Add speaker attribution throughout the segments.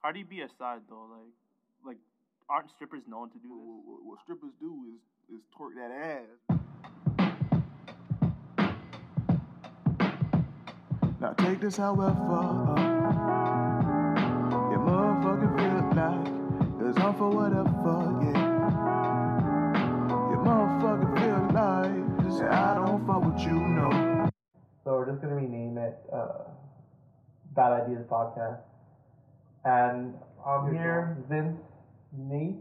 Speaker 1: Cardi B aside though, like like aren't strippers known to do
Speaker 2: What,
Speaker 1: this?
Speaker 2: what- what strippers do is is twerk that ass. Now take this however uh, your motherfucking feel like it's all for whatever, yeah. Your motherfucking feel like and I don't fuck with you, no.
Speaker 3: So we're just gonna rename it uh, Bad Ideas Podcast. And I'm here, Vince, Nate,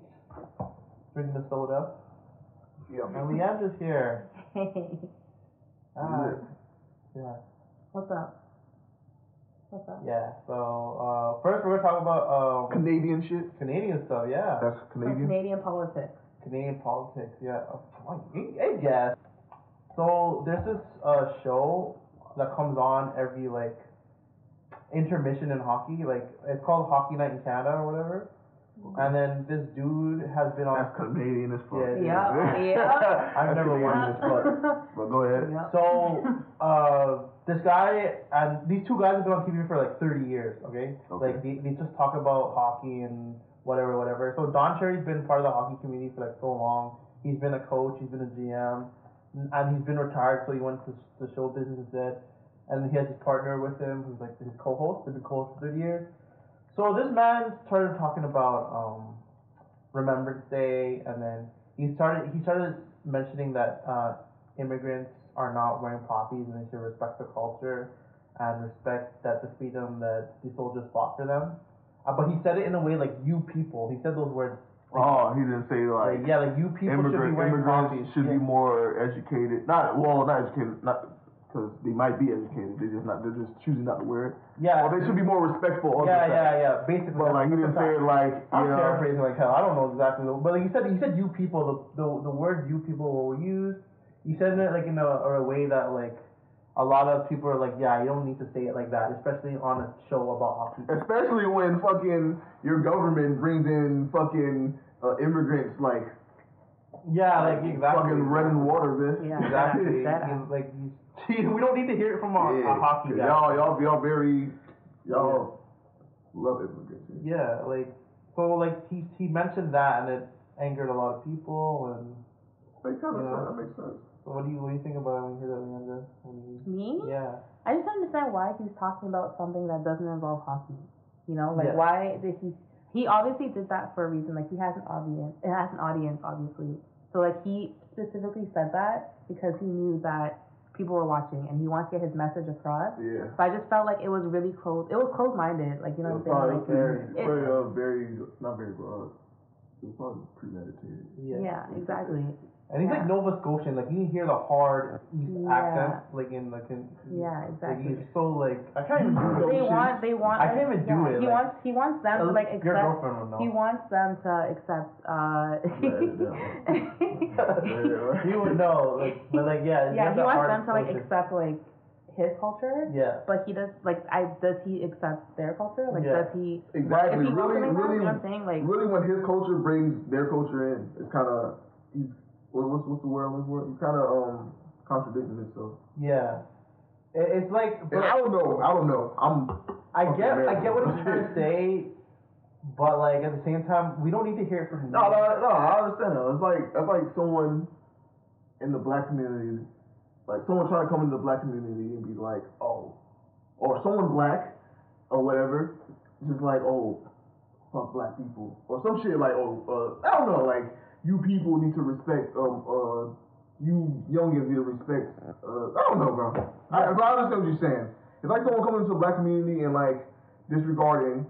Speaker 3: drinking the soda, and Leandra's here. Ah, yeah,
Speaker 4: What's up? What's up?
Speaker 3: yeah. So uh, first we're gonna talk about um,
Speaker 2: Canadian shit.
Speaker 3: Canadian stuff. Yeah,
Speaker 2: That's
Speaker 4: Canadian,
Speaker 2: Canadian.
Speaker 4: politics.
Speaker 3: Canadian politics. Yeah, Oh, fuck, you- I guess. So there's this uh, show that comes on every like intermission in hockey. Like it's called Hockey Night in Canada or whatever. And then this dude has been on.
Speaker 2: That's Canadian as fuck.
Speaker 3: Yeah, it
Speaker 4: Yeah, yeah.
Speaker 3: I've never
Speaker 2: Canadian
Speaker 3: watched
Speaker 2: as
Speaker 3: this,
Speaker 2: fuck.
Speaker 4: yeah.
Speaker 2: But go ahead.
Speaker 3: So uh, this guy and these two guys have been on TV for like 30 years. Okay,
Speaker 2: Okay.
Speaker 3: like they, they just talk about hockey and whatever, whatever. So Don Cherry's been part of the hockey community for like so long. He's been a coach. He's been a GM, and he's been retired. So he went to the show business instead. And he has his partner with him, who's like his co-host. They've been co-hosts for 30 years. So this man started talking about um, Remembrance Day, and then he started he started mentioning that uh, immigrants are not wearing poppies and they should respect the culture and respect that the freedom that the soldiers fought for them. Uh, but he said it in a way like you people. He said those words.
Speaker 2: Oh, he didn't say like.
Speaker 3: Like, yeah, like you people should be
Speaker 2: immigrant
Speaker 3: wearing poppies.
Speaker 2: immigrants should
Speaker 3: yeah.
Speaker 2: be more educated. Not well, not educated, not because they might be educated. They're just not. They're just choosing not to wear it.
Speaker 3: yeah.
Speaker 2: Well, they should be more respectful. Of the
Speaker 3: yeah, yeah,
Speaker 2: fact.
Speaker 3: yeah. Basically,
Speaker 2: But like he didn't say it like you
Speaker 3: I'm
Speaker 2: know.
Speaker 3: paraphrasing like hell. I don't know exactly, what- but like you said, you said you people. The the, the word you people were used. You said it like in a, or a way that like a lot of people are like, yeah, you don't need to say it like that, especially on a show about hockey.
Speaker 2: Especially when fucking your government brings in fucking uh, immigrants like
Speaker 3: Yeah, like exactly.
Speaker 2: fucking red and water, bitch.
Speaker 4: Yeah.
Speaker 3: Exactly.
Speaker 4: That-
Speaker 3: You- like you, gee, we don't need to hear it from a, a
Speaker 2: Yeah.
Speaker 3: hockey guy.
Speaker 2: Y'all, y'all, y'all very y'all love immigrants. man.
Speaker 3: Yeah, like so, like he he mentioned that, and it angered a lot of people. And
Speaker 2: That kind of
Speaker 3: Yeah.
Speaker 2: sense. That makes sense.
Speaker 3: so what do you what do you think about it when you hear that, Leander? When you-
Speaker 4: Me?
Speaker 3: Yeah.
Speaker 4: I just don't understand why he was talking about something that doesn't involve hockey. You know, like
Speaker 3: Yeah.
Speaker 4: why did he? He obviously did that for a reason. Like he has an audience. It has an audience, obviously. So like he specifically said that because he knew that people were watching and he wants to get his message across.
Speaker 2: Yeah.
Speaker 4: So I just felt like it was really close. It was close-minded. Like you know
Speaker 2: It was
Speaker 4: what
Speaker 2: probably
Speaker 4: I'm saying? Like,
Speaker 2: very,
Speaker 4: it-
Speaker 2: very, uh, very, not very broad. It was probably premeditated.
Speaker 3: Yeah.
Speaker 4: yeah, exactly.
Speaker 3: And he's like
Speaker 4: Yeah.
Speaker 3: Nova Scotian, like you can hear the hard East
Speaker 4: Yeah.
Speaker 3: accent, like in like in
Speaker 4: Yeah,
Speaker 3: like
Speaker 4: exactly.
Speaker 3: he's so like I can't even do those
Speaker 4: They
Speaker 3: shit.
Speaker 4: want, they want.
Speaker 3: I can't even do
Speaker 4: yeah,
Speaker 3: it,
Speaker 4: He
Speaker 3: like-
Speaker 4: wants, he wants them to like
Speaker 3: your
Speaker 4: accept.
Speaker 3: girlfriend would know.
Speaker 4: He wants them to accept. Uh,
Speaker 2: Yeah.
Speaker 3: you would know, like but like yeah. you
Speaker 4: yeah,
Speaker 3: have
Speaker 4: he
Speaker 3: that
Speaker 4: wants
Speaker 3: hard
Speaker 4: them to like
Speaker 3: culture.
Speaker 4: accept like his culture,
Speaker 3: Yeah.
Speaker 4: but he does like. I does he accept their culture? Like,
Speaker 3: Yeah.
Speaker 4: does he? Is
Speaker 2: Exactly.
Speaker 4: he
Speaker 2: Really,
Speaker 4: welcoming them? You know
Speaker 2: really,
Speaker 4: what I'm saying? Like,
Speaker 2: really, when his culture brings their culture in, it's kind of he's what, what's what's the word I'm looking for? He's kind of um contradicting himself.
Speaker 3: Yeah. It, it's like but
Speaker 2: And I don't know. I don't know. I'm
Speaker 3: I
Speaker 2: Okay,
Speaker 3: get I
Speaker 2: American.
Speaker 3: get what he's trying to say, but like at the same time we don't need to hear it from
Speaker 2: no,
Speaker 3: you.
Speaker 2: no, no. I understand that. It's like it's like someone in the black community, like someone trying to come into the black community and be like, oh, or someone black or whatever, just like oh, fuck black people or some shit like oh, uh, I don't know, like you people need to respect um uh you youngins need to respect uh I don't know, bro. I, but I understand what you're saying. It's like someone coming into the black community and like disregarding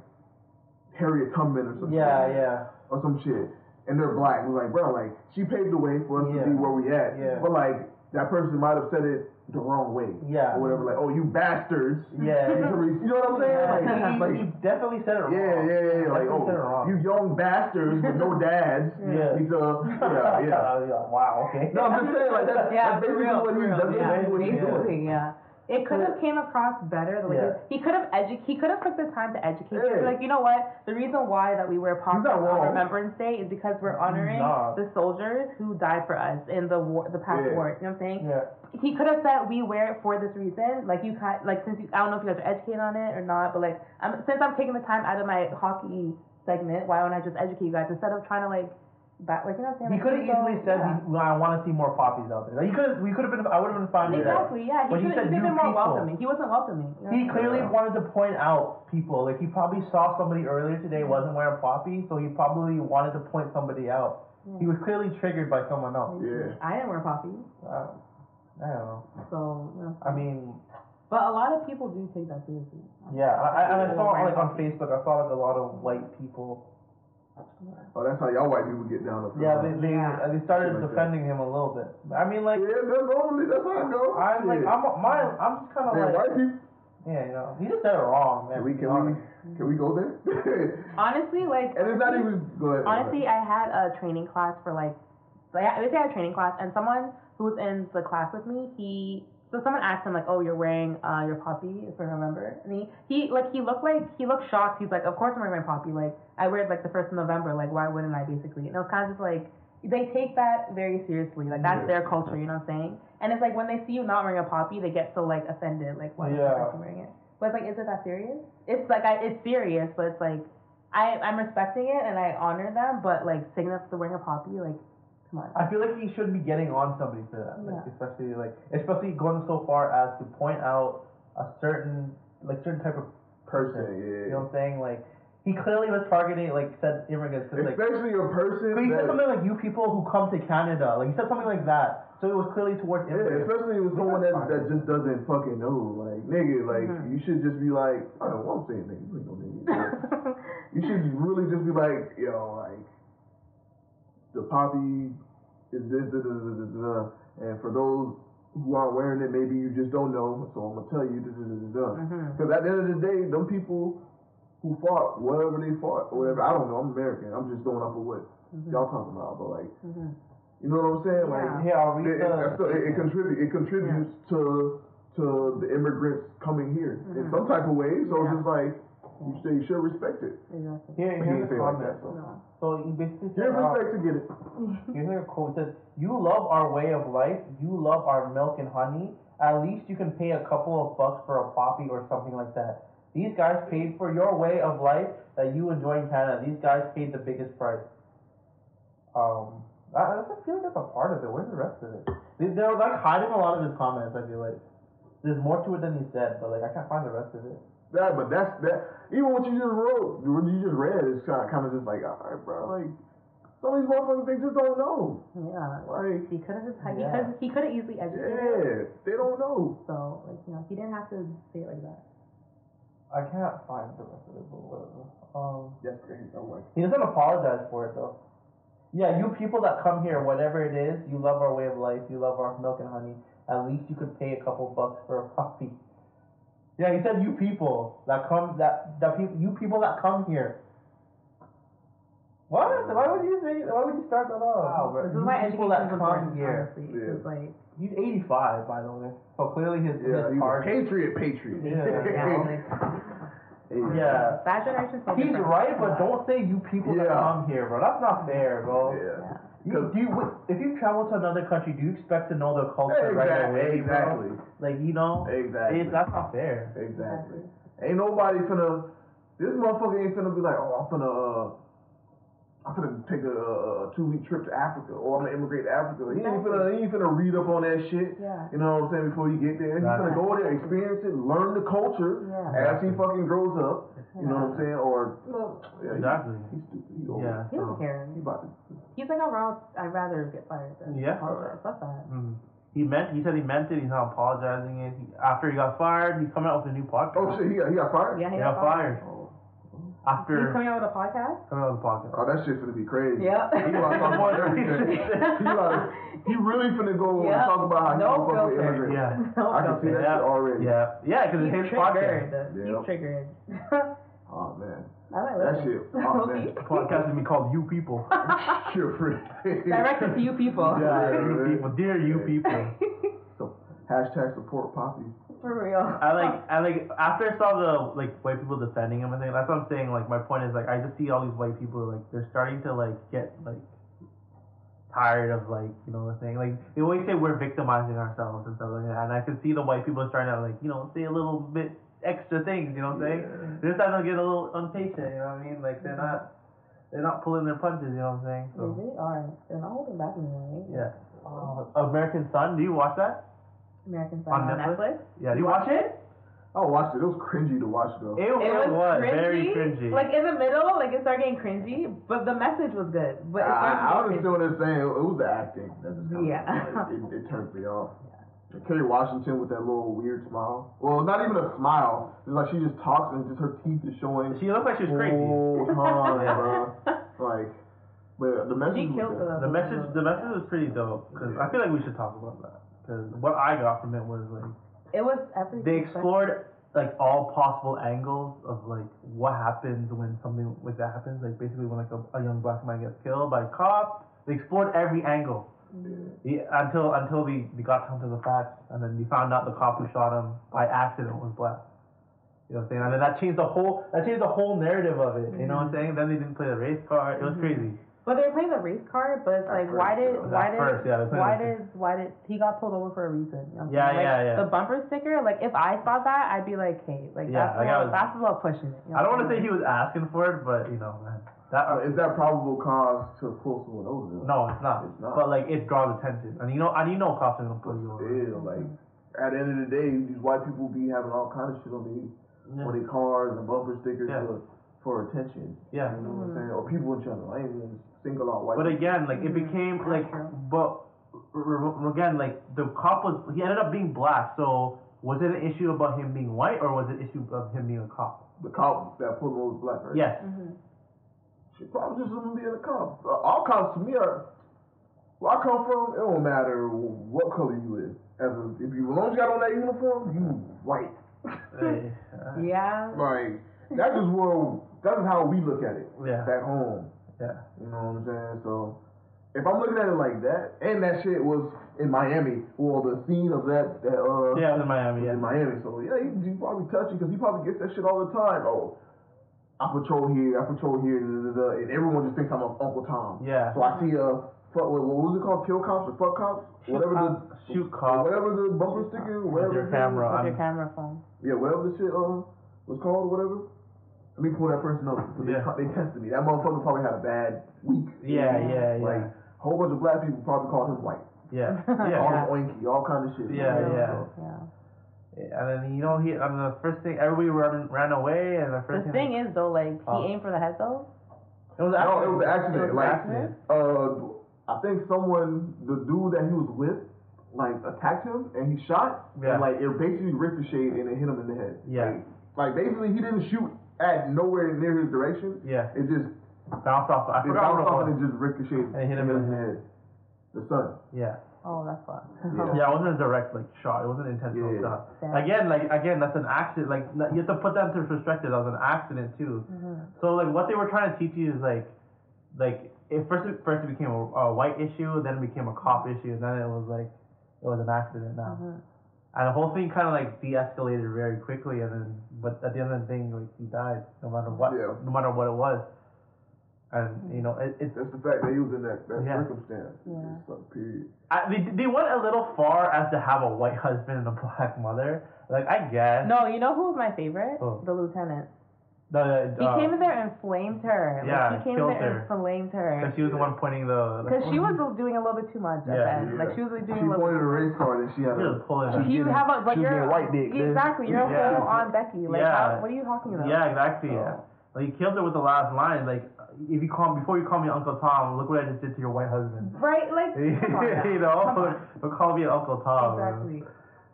Speaker 2: Harriet Tubman or something
Speaker 3: Yeah, yeah.
Speaker 2: or some shit, and they're black. We're like, bro, like she paved the way for us
Speaker 3: Yeah.
Speaker 2: to be where we at.
Speaker 3: Yeah.
Speaker 2: But like that person might have said it the wrong way.
Speaker 3: Yeah.
Speaker 2: Or whatever. Like, oh, you bastards.
Speaker 3: Yeah.
Speaker 2: You know what I'm saying? Like,
Speaker 3: Yeah, he,
Speaker 2: like,
Speaker 3: he definitely said it wrong.
Speaker 2: yeah, yeah, yeah, yeah. Like,
Speaker 3: Definitely
Speaker 2: oh,
Speaker 3: said it wrong.
Speaker 2: you young bastards with no dads.
Speaker 3: Yeah.
Speaker 2: He's uh, yeah, yeah.
Speaker 3: wow. Okay.
Speaker 2: No, I'm just saying, like, that's,
Speaker 4: yeah,
Speaker 2: that's basically
Speaker 4: for real,
Speaker 2: what
Speaker 4: for
Speaker 2: he's,
Speaker 4: real,
Speaker 2: that's
Speaker 4: yeah,
Speaker 2: basically what he's doing.
Speaker 4: basically, yeah. It could have came across better the way
Speaker 3: Yeah.
Speaker 4: he, could have edu- he could have took the time to educate.
Speaker 2: Hey.
Speaker 4: people. Like you know what? The reason why that we wear
Speaker 2: He's not
Speaker 4: pockets on
Speaker 2: wrong.
Speaker 4: Remembrance Day is because we're honoring
Speaker 3: not.
Speaker 4: the soldiers who died for us in the war, the past
Speaker 2: Yeah.
Speaker 4: war. You know what I'm saying?
Speaker 3: Yeah.
Speaker 4: He could have said we wear it for this reason. Like you can like since you, I don't know if you guys are educated on it or not, but like I'm, since I'm taking the time out of my hockey segment, why don't I just educate you guys instead of trying to like back like you know what I'm saying?
Speaker 3: He
Speaker 4: Like,
Speaker 3: could have
Speaker 4: so-
Speaker 3: easily said,
Speaker 4: yeah.
Speaker 3: we, "I want to see more poppies out there." Like, he could, we could have been. I would have been fine with that.
Speaker 4: Exactly, yeah. He
Speaker 3: But he
Speaker 4: could
Speaker 3: said
Speaker 4: have
Speaker 3: you
Speaker 4: been more
Speaker 3: people.
Speaker 4: welcoming. He wasn't welcoming. you know what
Speaker 3: He
Speaker 4: I'm saying?
Speaker 3: clearly wanted to point out people. Like he probably saw somebody earlier today wasn't wearing poppy, so he probably wanted to point somebody out. He was clearly triggered by someone else.
Speaker 2: Yeah.
Speaker 4: I didn't wear poppy,
Speaker 3: Uh, I don't know.
Speaker 4: so you know.
Speaker 3: I mean,
Speaker 4: But a lot of people do take that seriously.
Speaker 3: yeah. I, I, and I saw like on Facebook, I saw like a lot of white people.
Speaker 2: Oh, that's how y'all white people get down. up
Speaker 3: Yeah,
Speaker 2: there.
Speaker 3: they they,
Speaker 4: Yeah.
Speaker 3: they started
Speaker 2: Shit like that.
Speaker 3: defending him a little bit. I mean, like
Speaker 2: Yeah, that's normally that's how it goes.
Speaker 3: I'm like
Speaker 2: Shit.
Speaker 3: I'm my I'm just kind of
Speaker 2: Man,
Speaker 3: like
Speaker 2: white people.
Speaker 3: yeah, you know, he just said it wrong, man.
Speaker 2: Can we
Speaker 3: to be
Speaker 2: can
Speaker 3: honest.
Speaker 2: we can we go there? and
Speaker 4: Honestly, like
Speaker 2: it's not even go ahead.
Speaker 4: honestly, I had a training class for like, like I basically had a training class, and someone who was in the class with me, he so someone asked him like, oh, you're wearing uh your poppy for November, and he he like he looked like he looked shocked. He's like, of course I'm wearing my poppy. Like I wear it like the first of November. Like why wouldn't I basically? And I was kind of just like. They take that very seriously. Like that's their culture, you know what I'm saying? And it's like when they see you not wearing a poppy, they get so like offended. Like why
Speaker 3: Yeah.
Speaker 4: aren't you wearing it? But it's like, is it that serious? It's like I, it's serious, but it's like I, I'm respecting it and I honor them, but like singing up the ring of poppy, like, come on.
Speaker 3: I feel like he should be getting on somebody for that, like, especially like especially going so far as to point out a certain like certain type of person.
Speaker 2: Person, yeah.
Speaker 3: You know what I'm saying? Like he clearly was targeting like said immigrants. 'cause, like,
Speaker 2: especially a person.
Speaker 3: but he said
Speaker 2: that-
Speaker 3: something like you people who come to Canada. Like he said something like that. So it was clearly towards
Speaker 2: Yeah,
Speaker 3: immigrants.
Speaker 2: especially with someone that, that just doesn't fucking know. Like, nigga, like,
Speaker 3: Mm-hmm.
Speaker 2: you should just be like, I don't know what I'm saying, nigga. You ain't no nigga. Like, you should really just be like, yo, like, the poppy is this, da, da, da, da, da, da. And for those who aren't wearing it, maybe you just don't know, so I'm gonna tell you, da, da, da, da, da. Because at the end of the day, them people who fought, whatever they fought, or whatever, I don't know, I'm American. I'm just going off of what y'all talking about, but like, you know what I'm saying? Like,
Speaker 4: Yeah.
Speaker 3: Here I'll read
Speaker 2: it, it,
Speaker 3: the.
Speaker 2: so it, it contribute it contributes to to the immigrants coming here in some type of way. So it's just like you say you should respect it.
Speaker 4: Exactly.
Speaker 2: But
Speaker 3: Here,
Speaker 2: he didn't
Speaker 3: here's
Speaker 2: say it
Speaker 3: the
Speaker 2: like that.
Speaker 3: comment.
Speaker 2: So.
Speaker 3: So he basically
Speaker 2: You're
Speaker 3: said, uh,
Speaker 2: respect to get it.
Speaker 3: Here's another quote. It says, You love our way of life. You love our milk and honey. At least you can pay a couple of bucks for a poppy or something like that. These guys paid for your way of life that you enjoy in Canada. These guys paid the biggest price. Um, I, I just feel like that's a part of it. Where's the rest of it? They, they're like hiding a lot of his comments, I feel like. There's more to it than he said, but like I can't find the rest of it.
Speaker 2: That, but that's that. Even what you just wrote, what you just read, is kind of kind of just like, all right, bro. Like some of these motherfuckers, they just don't know.
Speaker 4: Yeah.
Speaker 2: Like,
Speaker 4: He could have just, he
Speaker 3: Yeah.
Speaker 4: could he could have easily educated.
Speaker 2: yeah, they don't know.
Speaker 4: So like you know he didn't have to say it like that.
Speaker 3: I can't find the rest of it, but whatever. Um,
Speaker 2: That's crazy. Oh I'm like,
Speaker 3: He doesn't apologize for it though. Yeah, you people that come here, whatever it is, you love our way of life, you love our milk and honey. At least you could pay a couple bucks for a puppy. Yeah, he said you people that come that that people you people that come here. What? Why would you say? Why would you start that off? Wow, bro.
Speaker 4: This
Speaker 3: you
Speaker 4: is why
Speaker 3: people
Speaker 4: education
Speaker 3: that
Speaker 4: is
Speaker 3: come
Speaker 4: important.
Speaker 3: here.
Speaker 4: Honestly,
Speaker 2: Yeah.
Speaker 4: It's like
Speaker 3: He's 85, by the way. So clearly his
Speaker 2: yeah, he's
Speaker 3: his
Speaker 2: a
Speaker 3: target.
Speaker 2: patriot, patriot.
Speaker 3: Yeah.
Speaker 4: yeah, like
Speaker 3: Yeah.
Speaker 4: that generation's so
Speaker 3: He's
Speaker 4: different.
Speaker 3: right, but don't say you people that
Speaker 2: Yeah.
Speaker 3: come here, bro. That's not fair, bro.
Speaker 2: yeah.
Speaker 3: You, do you, if you travel to another country, do you expect to know their culture right away?
Speaker 2: Exactly.
Speaker 3: bro?
Speaker 2: Exactly.
Speaker 3: Like you know,
Speaker 2: Exactly.
Speaker 3: it's, that's not fair.
Speaker 2: Exactly. Ain't nobody finna. This motherfucker ain't finna be like, oh, I'm finna, uh, I'm finna take a, a two week trip to Africa, or I'm gonna immigrate to Africa. He ain't finna, he ain't finna read up on that shit.
Speaker 4: Yeah.
Speaker 2: You know what I'm saying? Before you get there, he finna go there, experience it, learn the culture
Speaker 4: Yeah.
Speaker 2: as he fucking grows up. You know what I'm saying? Or you know, yeah,
Speaker 5: Exactly.
Speaker 2: He, he's stupid. He old.
Speaker 5: Yeah.
Speaker 4: He doesn't care.
Speaker 2: He about to.
Speaker 4: He's like, I'd rather, I'd rather get fired than
Speaker 5: Yeah.
Speaker 4: apologize. Fuck that.
Speaker 5: Mm. He meant. He said he meant it. He's not apologizing. It. He, after he got fired, he's coming out with a new podcast.
Speaker 2: Oh shit, he got, he got fired.
Speaker 4: Yeah, he
Speaker 5: He
Speaker 4: got
Speaker 5: got fired.
Speaker 4: He's
Speaker 5: After
Speaker 4: coming out with a podcast.
Speaker 5: coming out with a podcast.
Speaker 2: Oh, that shit finna be crazy.
Speaker 4: Yep.
Speaker 2: He about to talk about everything. He about to- he really finna go and
Speaker 4: Yeah.
Speaker 2: talk about how he
Speaker 4: No
Speaker 2: don't fuck with
Speaker 4: filter.
Speaker 2: immigrants.
Speaker 5: Yeah.
Speaker 2: I can see that
Speaker 5: Yeah.
Speaker 2: shit already.
Speaker 5: Yeah. Yeah, because
Speaker 4: He's
Speaker 5: it's his
Speaker 4: triggered.
Speaker 5: podcast.
Speaker 2: Yeah.
Speaker 4: He's triggered.
Speaker 2: Oh man,
Speaker 4: I might
Speaker 2: That
Speaker 4: listen.
Speaker 2: shit- oh, man.
Speaker 5: The podcast is gonna be called "You People."
Speaker 2: you're free.
Speaker 4: Directed to you people.
Speaker 5: Yeah,
Speaker 2: Yeah,
Speaker 5: you
Speaker 2: right.
Speaker 5: people, dear you people.
Speaker 2: So, hashtag support poppies.
Speaker 6: For real.
Speaker 3: I like I like after I saw the like white people defending him and thing, that's what I'm saying. Like my point is like I just see all these white people like they're starting to like get like tired of like you know the thing. Like they always say we're victimizing ourselves and stuff like that, and I can see the white people starting to like you know say a little bit extra things. You know what I'm saying? They're starting to get a little impatient. You know what I mean? Like they're not they're not pulling their punches. You know what I'm saying? So
Speaker 4: They really are. They're not holding back anymore, right?
Speaker 3: yeah. American Son, do you watch that?
Speaker 4: American Psycho
Speaker 3: On Netflix? Yeah, do you watch it?
Speaker 2: I watched it. It was cringy to watch though.
Speaker 3: Oh, It,
Speaker 4: It
Speaker 3: was,
Speaker 4: was, cringy,
Speaker 3: very cringy.
Speaker 4: Like in the middle, like it started getting cringy, but the message was good. But
Speaker 2: I,
Speaker 4: it started
Speaker 2: I understand
Speaker 4: getting
Speaker 2: what they're saying. It was the acting that just kind
Speaker 4: Yeah.
Speaker 2: of it, it, it turned me off. And Kerry Washington with that little weird smile. Well, not even a smile. It's like she just talks and just her teeth is showing. Oh,
Speaker 3: she looked like she was crazy.
Speaker 2: Full time,
Speaker 4: Yeah.
Speaker 2: bro. Like, but the
Speaker 4: She
Speaker 2: message
Speaker 4: killed
Speaker 2: was
Speaker 4: the,
Speaker 3: The message, the message was pretty dope. Cause I feel like we should talk about that. Cause what I got from it was like
Speaker 4: It was everything.
Speaker 3: they explored like all possible angles of like what happens when something like that happens. Like basically when like a, a young black man gets killed by a cop. They explored every angle. Yeah, until until they, they got down to the facts, and then they found out the cop who shot him by accident was black. You know what I'm saying? And then that changed the whole that changed the whole narrative of it. You know what I'm saying? Then they didn't play the race card. It was crazy.
Speaker 4: But they're playing the race card, but it's like why did
Speaker 3: At
Speaker 4: why did
Speaker 3: first, yeah, they're playing
Speaker 4: why
Speaker 3: the-
Speaker 4: did why did he got pulled over for a reason? You know what I'm
Speaker 3: Yeah,
Speaker 4: saying?
Speaker 3: yeah,
Speaker 4: Like,
Speaker 3: yeah.
Speaker 4: The bumper sticker, like if I saw that, I'd be like, hey, like
Speaker 3: Yeah,
Speaker 4: that's,
Speaker 3: like, I
Speaker 4: a little,
Speaker 3: was-
Speaker 4: that's a little pushing it. you
Speaker 3: I
Speaker 4: know
Speaker 3: don't want
Speaker 4: what
Speaker 3: to say he was asking for it, but you know, man, that
Speaker 2: Uh, is that probable cause to pull someone over?
Speaker 3: no, it's not.
Speaker 2: It's not.
Speaker 3: But like, it draws attention, and you know, and you know, cops are gonna pull you over.
Speaker 2: Still, like, at the end of the day, these white people be having all kind of shit on their
Speaker 3: Yeah.
Speaker 2: on their cars and bumper stickers
Speaker 3: Yeah.
Speaker 2: for, for attention.
Speaker 3: Yeah.
Speaker 2: You know what I'm saying? Or people in general. I ain't even single out white
Speaker 3: But
Speaker 2: people.
Speaker 3: again, like it became like, but r- r- again, like the cop was he ended up being black, so was it an issue about him being white or was it an issue of him being a cop?
Speaker 2: The cop that pulled him over was black, right?
Speaker 3: Yes.
Speaker 2: She probably just wasn't being a cop. Uh, all cops to me are. Where I come from, it don't matter what color you is. As a, if you as long as you got on that uniform, you white. Mm-hmm.
Speaker 3: Hey,
Speaker 4: I mean? Yeah.
Speaker 2: Like that's just where that's just how we look at it
Speaker 3: yeah.
Speaker 2: back home.
Speaker 3: Yeah.
Speaker 2: You know what I'm saying? So if I'm looking at it like that, and that shit was in Miami, well, the scene of that that uh
Speaker 3: Yeah, it was in Miami. Yeah.
Speaker 2: in Miami. So yeah, you, you probably touch it because he probably gets that shit all the time. Oh, I patrol here, I patrol here, da, da, da, and everyone just thinks I'm Uncle Tom.
Speaker 3: Yeah.
Speaker 2: So I see a fuck. What, what was it called? Kill cops or fuck cops? Whatever the
Speaker 3: Shoot cop
Speaker 2: whatever the bumper sticker,
Speaker 3: with
Speaker 2: whatever
Speaker 3: your
Speaker 2: the-
Speaker 3: camera.
Speaker 4: With your
Speaker 3: I'm-
Speaker 4: camera phone.
Speaker 2: yeah, whatever the shit uh was called, whatever. Let me pull that person up. 'cause They,
Speaker 3: Yeah.
Speaker 2: they tested me. That motherfucker probably had a bad week.
Speaker 3: Yeah, yeah,
Speaker 2: Like
Speaker 3: yeah,
Speaker 2: a whole bunch of black people probably called him white.
Speaker 3: yeah,
Speaker 2: All
Speaker 3: yeah.
Speaker 2: him oinky, all kind of shit.
Speaker 3: Yeah, yeah.
Speaker 4: yeah.
Speaker 3: And then you know he, and the first thing everybody run, ran away, and the first
Speaker 4: The thing is though, like
Speaker 3: Oh.
Speaker 4: he aimed for the head though.
Speaker 3: it was
Speaker 2: No, it was an accident.
Speaker 3: It was an
Speaker 2: like,
Speaker 3: accident.
Speaker 2: uh, I think someone, the dude that he was with, like attacked him and he shot. And
Speaker 3: Yeah.
Speaker 2: like it basically ricocheted and it hit him in the head.
Speaker 3: Yeah.
Speaker 2: Like, like basically he didn't shoot at nowhere near his direction.
Speaker 3: Yeah,
Speaker 2: It just
Speaker 3: bounced off.
Speaker 2: it
Speaker 3: I forgot
Speaker 2: bounced off
Speaker 3: what it
Speaker 2: and it
Speaker 3: was.
Speaker 2: just ricocheted
Speaker 3: And it hit him in the
Speaker 2: head. The sun.
Speaker 3: Yeah,
Speaker 4: Oh, that's fucked.
Speaker 3: yeah. It wasn't a direct like shot. It wasn't an intentional
Speaker 2: Yeah.
Speaker 3: shot.
Speaker 4: Damn.
Speaker 3: Again, like again, that's an accident. Like n- you have to put that into perspective. That was an accident too. So like what they were trying to teach you is like, like it first it, first it became a, a white issue, then it became a cop issue, and then it was like it was an accident now. And the whole thing kind of like de-escalated very quickly, and then but at the end of the thing, like he died no matter what,
Speaker 2: Yeah.
Speaker 3: no matter what it was. And you know it, it's
Speaker 2: That's the fact that he was in that, that
Speaker 3: Yeah.
Speaker 2: circumstance.
Speaker 4: Yeah.
Speaker 2: It's like, period.
Speaker 3: I, they, they went a little far as to have a white husband and a black mother. Like I guess
Speaker 4: No, you know who was my favorite?
Speaker 3: Who?
Speaker 4: The lieutenant.
Speaker 3: the,
Speaker 4: He
Speaker 3: uh,
Speaker 4: came in there and flamed her. Like,
Speaker 3: Yeah,
Speaker 4: he came in
Speaker 3: killed her.
Speaker 4: there and flamed her.
Speaker 3: Because she was the one pointing the. oh,
Speaker 4: Because she was doing a little bit too much
Speaker 3: Yeah.
Speaker 4: at the end. Like she was like,
Speaker 2: She
Speaker 4: doing a little.
Speaker 2: wanted a race car and she had
Speaker 3: She
Speaker 2: a.
Speaker 3: was pulling
Speaker 2: she
Speaker 3: it.
Speaker 4: If you
Speaker 2: getting-
Speaker 4: have a,
Speaker 2: she
Speaker 4: but
Speaker 2: was
Speaker 4: you're
Speaker 2: getting white dick. then.
Speaker 4: exactly. You're
Speaker 3: Yeah.
Speaker 4: a full on Becky. Like,
Speaker 3: Yeah.
Speaker 4: how, what are you talking about?
Speaker 3: Yeah, exactly. Yeah. Like, you killed her with the last line. Like, if you call before you call me Uncle Tom, look what I just did to your white husband.
Speaker 4: Right? Like, come on now.
Speaker 3: you know,
Speaker 4: Come on.
Speaker 3: don't call me Uncle Tom.
Speaker 4: Exactly.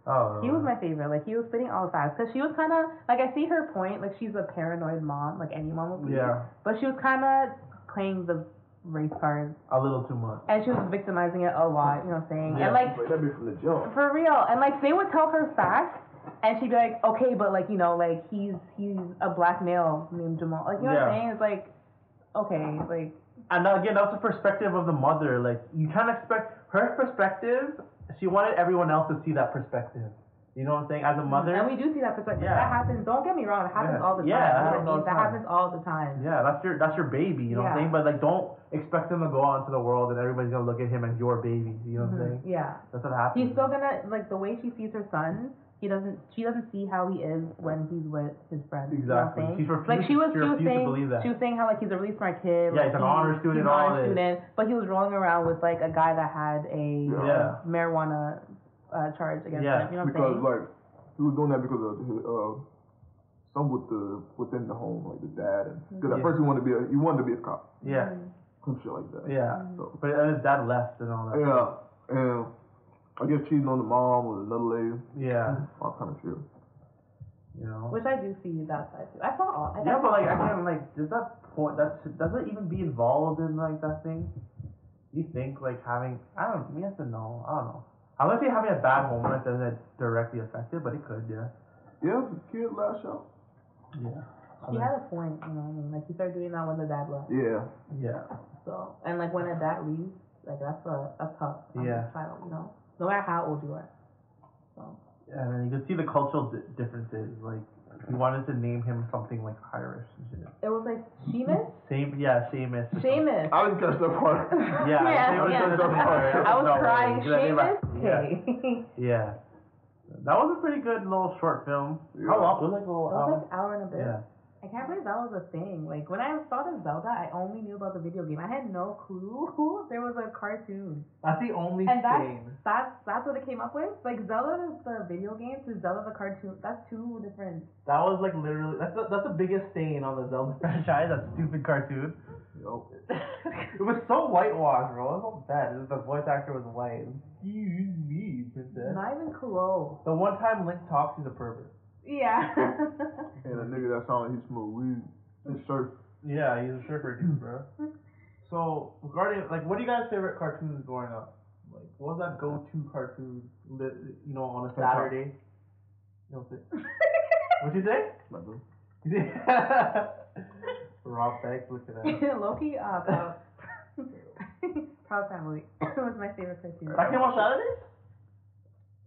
Speaker 3: Oh.
Speaker 4: He was my favorite. Like he was spitting all the facts. Cause she was kind of like I see her point. Like she's a paranoid mom, like any mom would be.
Speaker 3: Yeah,
Speaker 4: But she was kind of playing the race card,
Speaker 3: a little too much.
Speaker 4: and she was victimizing it a lot. You know what I'm saying?
Speaker 3: Yeah.
Speaker 4: And like
Speaker 2: Like, that'd be from the jump.
Speaker 4: For real. And like they would tell her facts and she'd be like, Okay, but like, you know, like he's he's a black male named Jamal. Like you know what
Speaker 3: Yeah.
Speaker 4: I'm saying? It's like okay, like
Speaker 3: And now, again, that's the perspective of the mother. Like, you can't expect her perspective. She wanted everyone else to see that perspective.
Speaker 5: You know what I'm saying? As a mother,
Speaker 4: Mm-hmm. and we do see that perspective.
Speaker 5: Yeah.
Speaker 4: That happens. Don't get me wrong. It happens
Speaker 5: Yeah.
Speaker 4: all the
Speaker 5: Yeah,
Speaker 4: time.
Speaker 5: that
Speaker 4: You
Speaker 5: happens
Speaker 4: know
Speaker 5: all
Speaker 4: what I mean?
Speaker 5: the
Speaker 4: That
Speaker 5: time.
Speaker 4: happens all the time.
Speaker 5: Yeah, that's your that's your baby, you know what I'm
Speaker 4: Yeah.
Speaker 5: saying? But like don't expect him to go out into the world and everybody's gonna look at him as your baby, you know what I'm saying?
Speaker 4: Mhm. Yeah.
Speaker 5: That's what happens.
Speaker 4: He's still gonna like the way she sees her son. He doesn't. She doesn't see how he is when he's with his friends. You know what
Speaker 5: Exactly.
Speaker 4: I'm saying?
Speaker 5: She's refused-
Speaker 4: like she was.
Speaker 5: she
Speaker 4: she was
Speaker 5: refused to
Speaker 4: saying.
Speaker 5: believe that.
Speaker 4: She was saying how like he's a really smart
Speaker 5: Yeah,
Speaker 4: kid. like,
Speaker 5: he's an
Speaker 4: he-
Speaker 5: honor
Speaker 4: he's
Speaker 5: student,
Speaker 4: an
Speaker 5: all
Speaker 4: honor
Speaker 5: this.
Speaker 4: student, but he was rolling around with like a guy that had a
Speaker 5: Yeah.
Speaker 4: marijuana uh, charge against
Speaker 5: Yeah,
Speaker 4: him. You know what
Speaker 2: because
Speaker 4: I'm saying?
Speaker 2: like he was doing that because of his, uh, some with the within the home, like the dad, and because at
Speaker 3: Mm-hmm.
Speaker 5: Yeah.
Speaker 2: first he wanted to be a, he wanted to be a cop,
Speaker 5: yeah.
Speaker 2: some shit like that.
Speaker 4: Mm-hmm.
Speaker 5: Yeah.
Speaker 2: So
Speaker 5: But uh, his dad left and all that.
Speaker 2: yeah, and I guess cheating on the mom with another lady,
Speaker 5: Yeah.
Speaker 2: all kind of shit.
Speaker 5: You know.
Speaker 4: Which I do see that side too. I saw all. I
Speaker 5: yeah,
Speaker 4: saw
Speaker 5: but like I
Speaker 4: all.
Speaker 5: can't like does that point that should- does it even be involved in like that thing? You think like having I don't yes and no, I don't know. I would say having a bad home life doesn't directly affect it, but it could, yeah.
Speaker 2: Yeah, the kid lash out.
Speaker 5: Yeah.
Speaker 4: He had a point. You know what I mean? Like he started doing that when the dad left.
Speaker 2: Yeah,
Speaker 5: Yeah.
Speaker 4: So and like when a dad leaves, like that's a that's tough. on the
Speaker 5: Yeah.
Speaker 4: Child, you know, no matter how old you are. So.
Speaker 5: and then you could see the cultural di- differences. Like he wanted to name him something like Irish and shit.
Speaker 4: It was like Seamus?
Speaker 5: Same, yeah, Seamus. or something.
Speaker 4: Seamus.
Speaker 2: I didn't catch that part.
Speaker 5: Yeah,
Speaker 4: Yes,
Speaker 5: Seamus
Speaker 4: yes.
Speaker 5: is the part.
Speaker 4: I was
Speaker 5: No,
Speaker 4: crying.
Speaker 5: yeah, they
Speaker 4: Seamus?
Speaker 5: were- yeah.
Speaker 4: Hey. it
Speaker 5: Yeah, that was a pretty good little short film.
Speaker 2: Yeah.
Speaker 5: How long? It was like a little
Speaker 4: was
Speaker 5: hour.
Speaker 4: like an hour and a bit.
Speaker 5: Yeah,
Speaker 4: I can't believe that was a thing. Like when I saw the Zelda, I only knew about the video game. I had no clue there was a cartoon.
Speaker 3: That's the only
Speaker 4: And that's
Speaker 3: thing.
Speaker 4: that's that's what it came up with. Like Zelda is the video game to Zelda the cartoon. That's two different.
Speaker 3: That was like literally that's the, that's the biggest stain on the Zelda franchise. That stupid cartoon.
Speaker 2: Yup.
Speaker 3: it was so whitewashed, bro. It was so bad. It was- the voice actor was white. Excuse me, princess.
Speaker 4: Not even close.
Speaker 3: The one time Link talks, he's a pervert.
Speaker 4: Yeah.
Speaker 2: And a nigga that sounded like he smoked weed and surf.
Speaker 3: Yeah, he's a stripper dude, bro. So regarding like, what do you guys favorite cartoons growing up? Like, what was that go-to cartoon that you know on a
Speaker 2: Ted Talk.
Speaker 3: Saturday? You know, what what'd you say?
Speaker 2: Like, uh,
Speaker 3: Rob Beck, look at that.
Speaker 4: Loki, uh, Proud, Proud Family was my favorite cartoon.
Speaker 3: That came on Saturdays.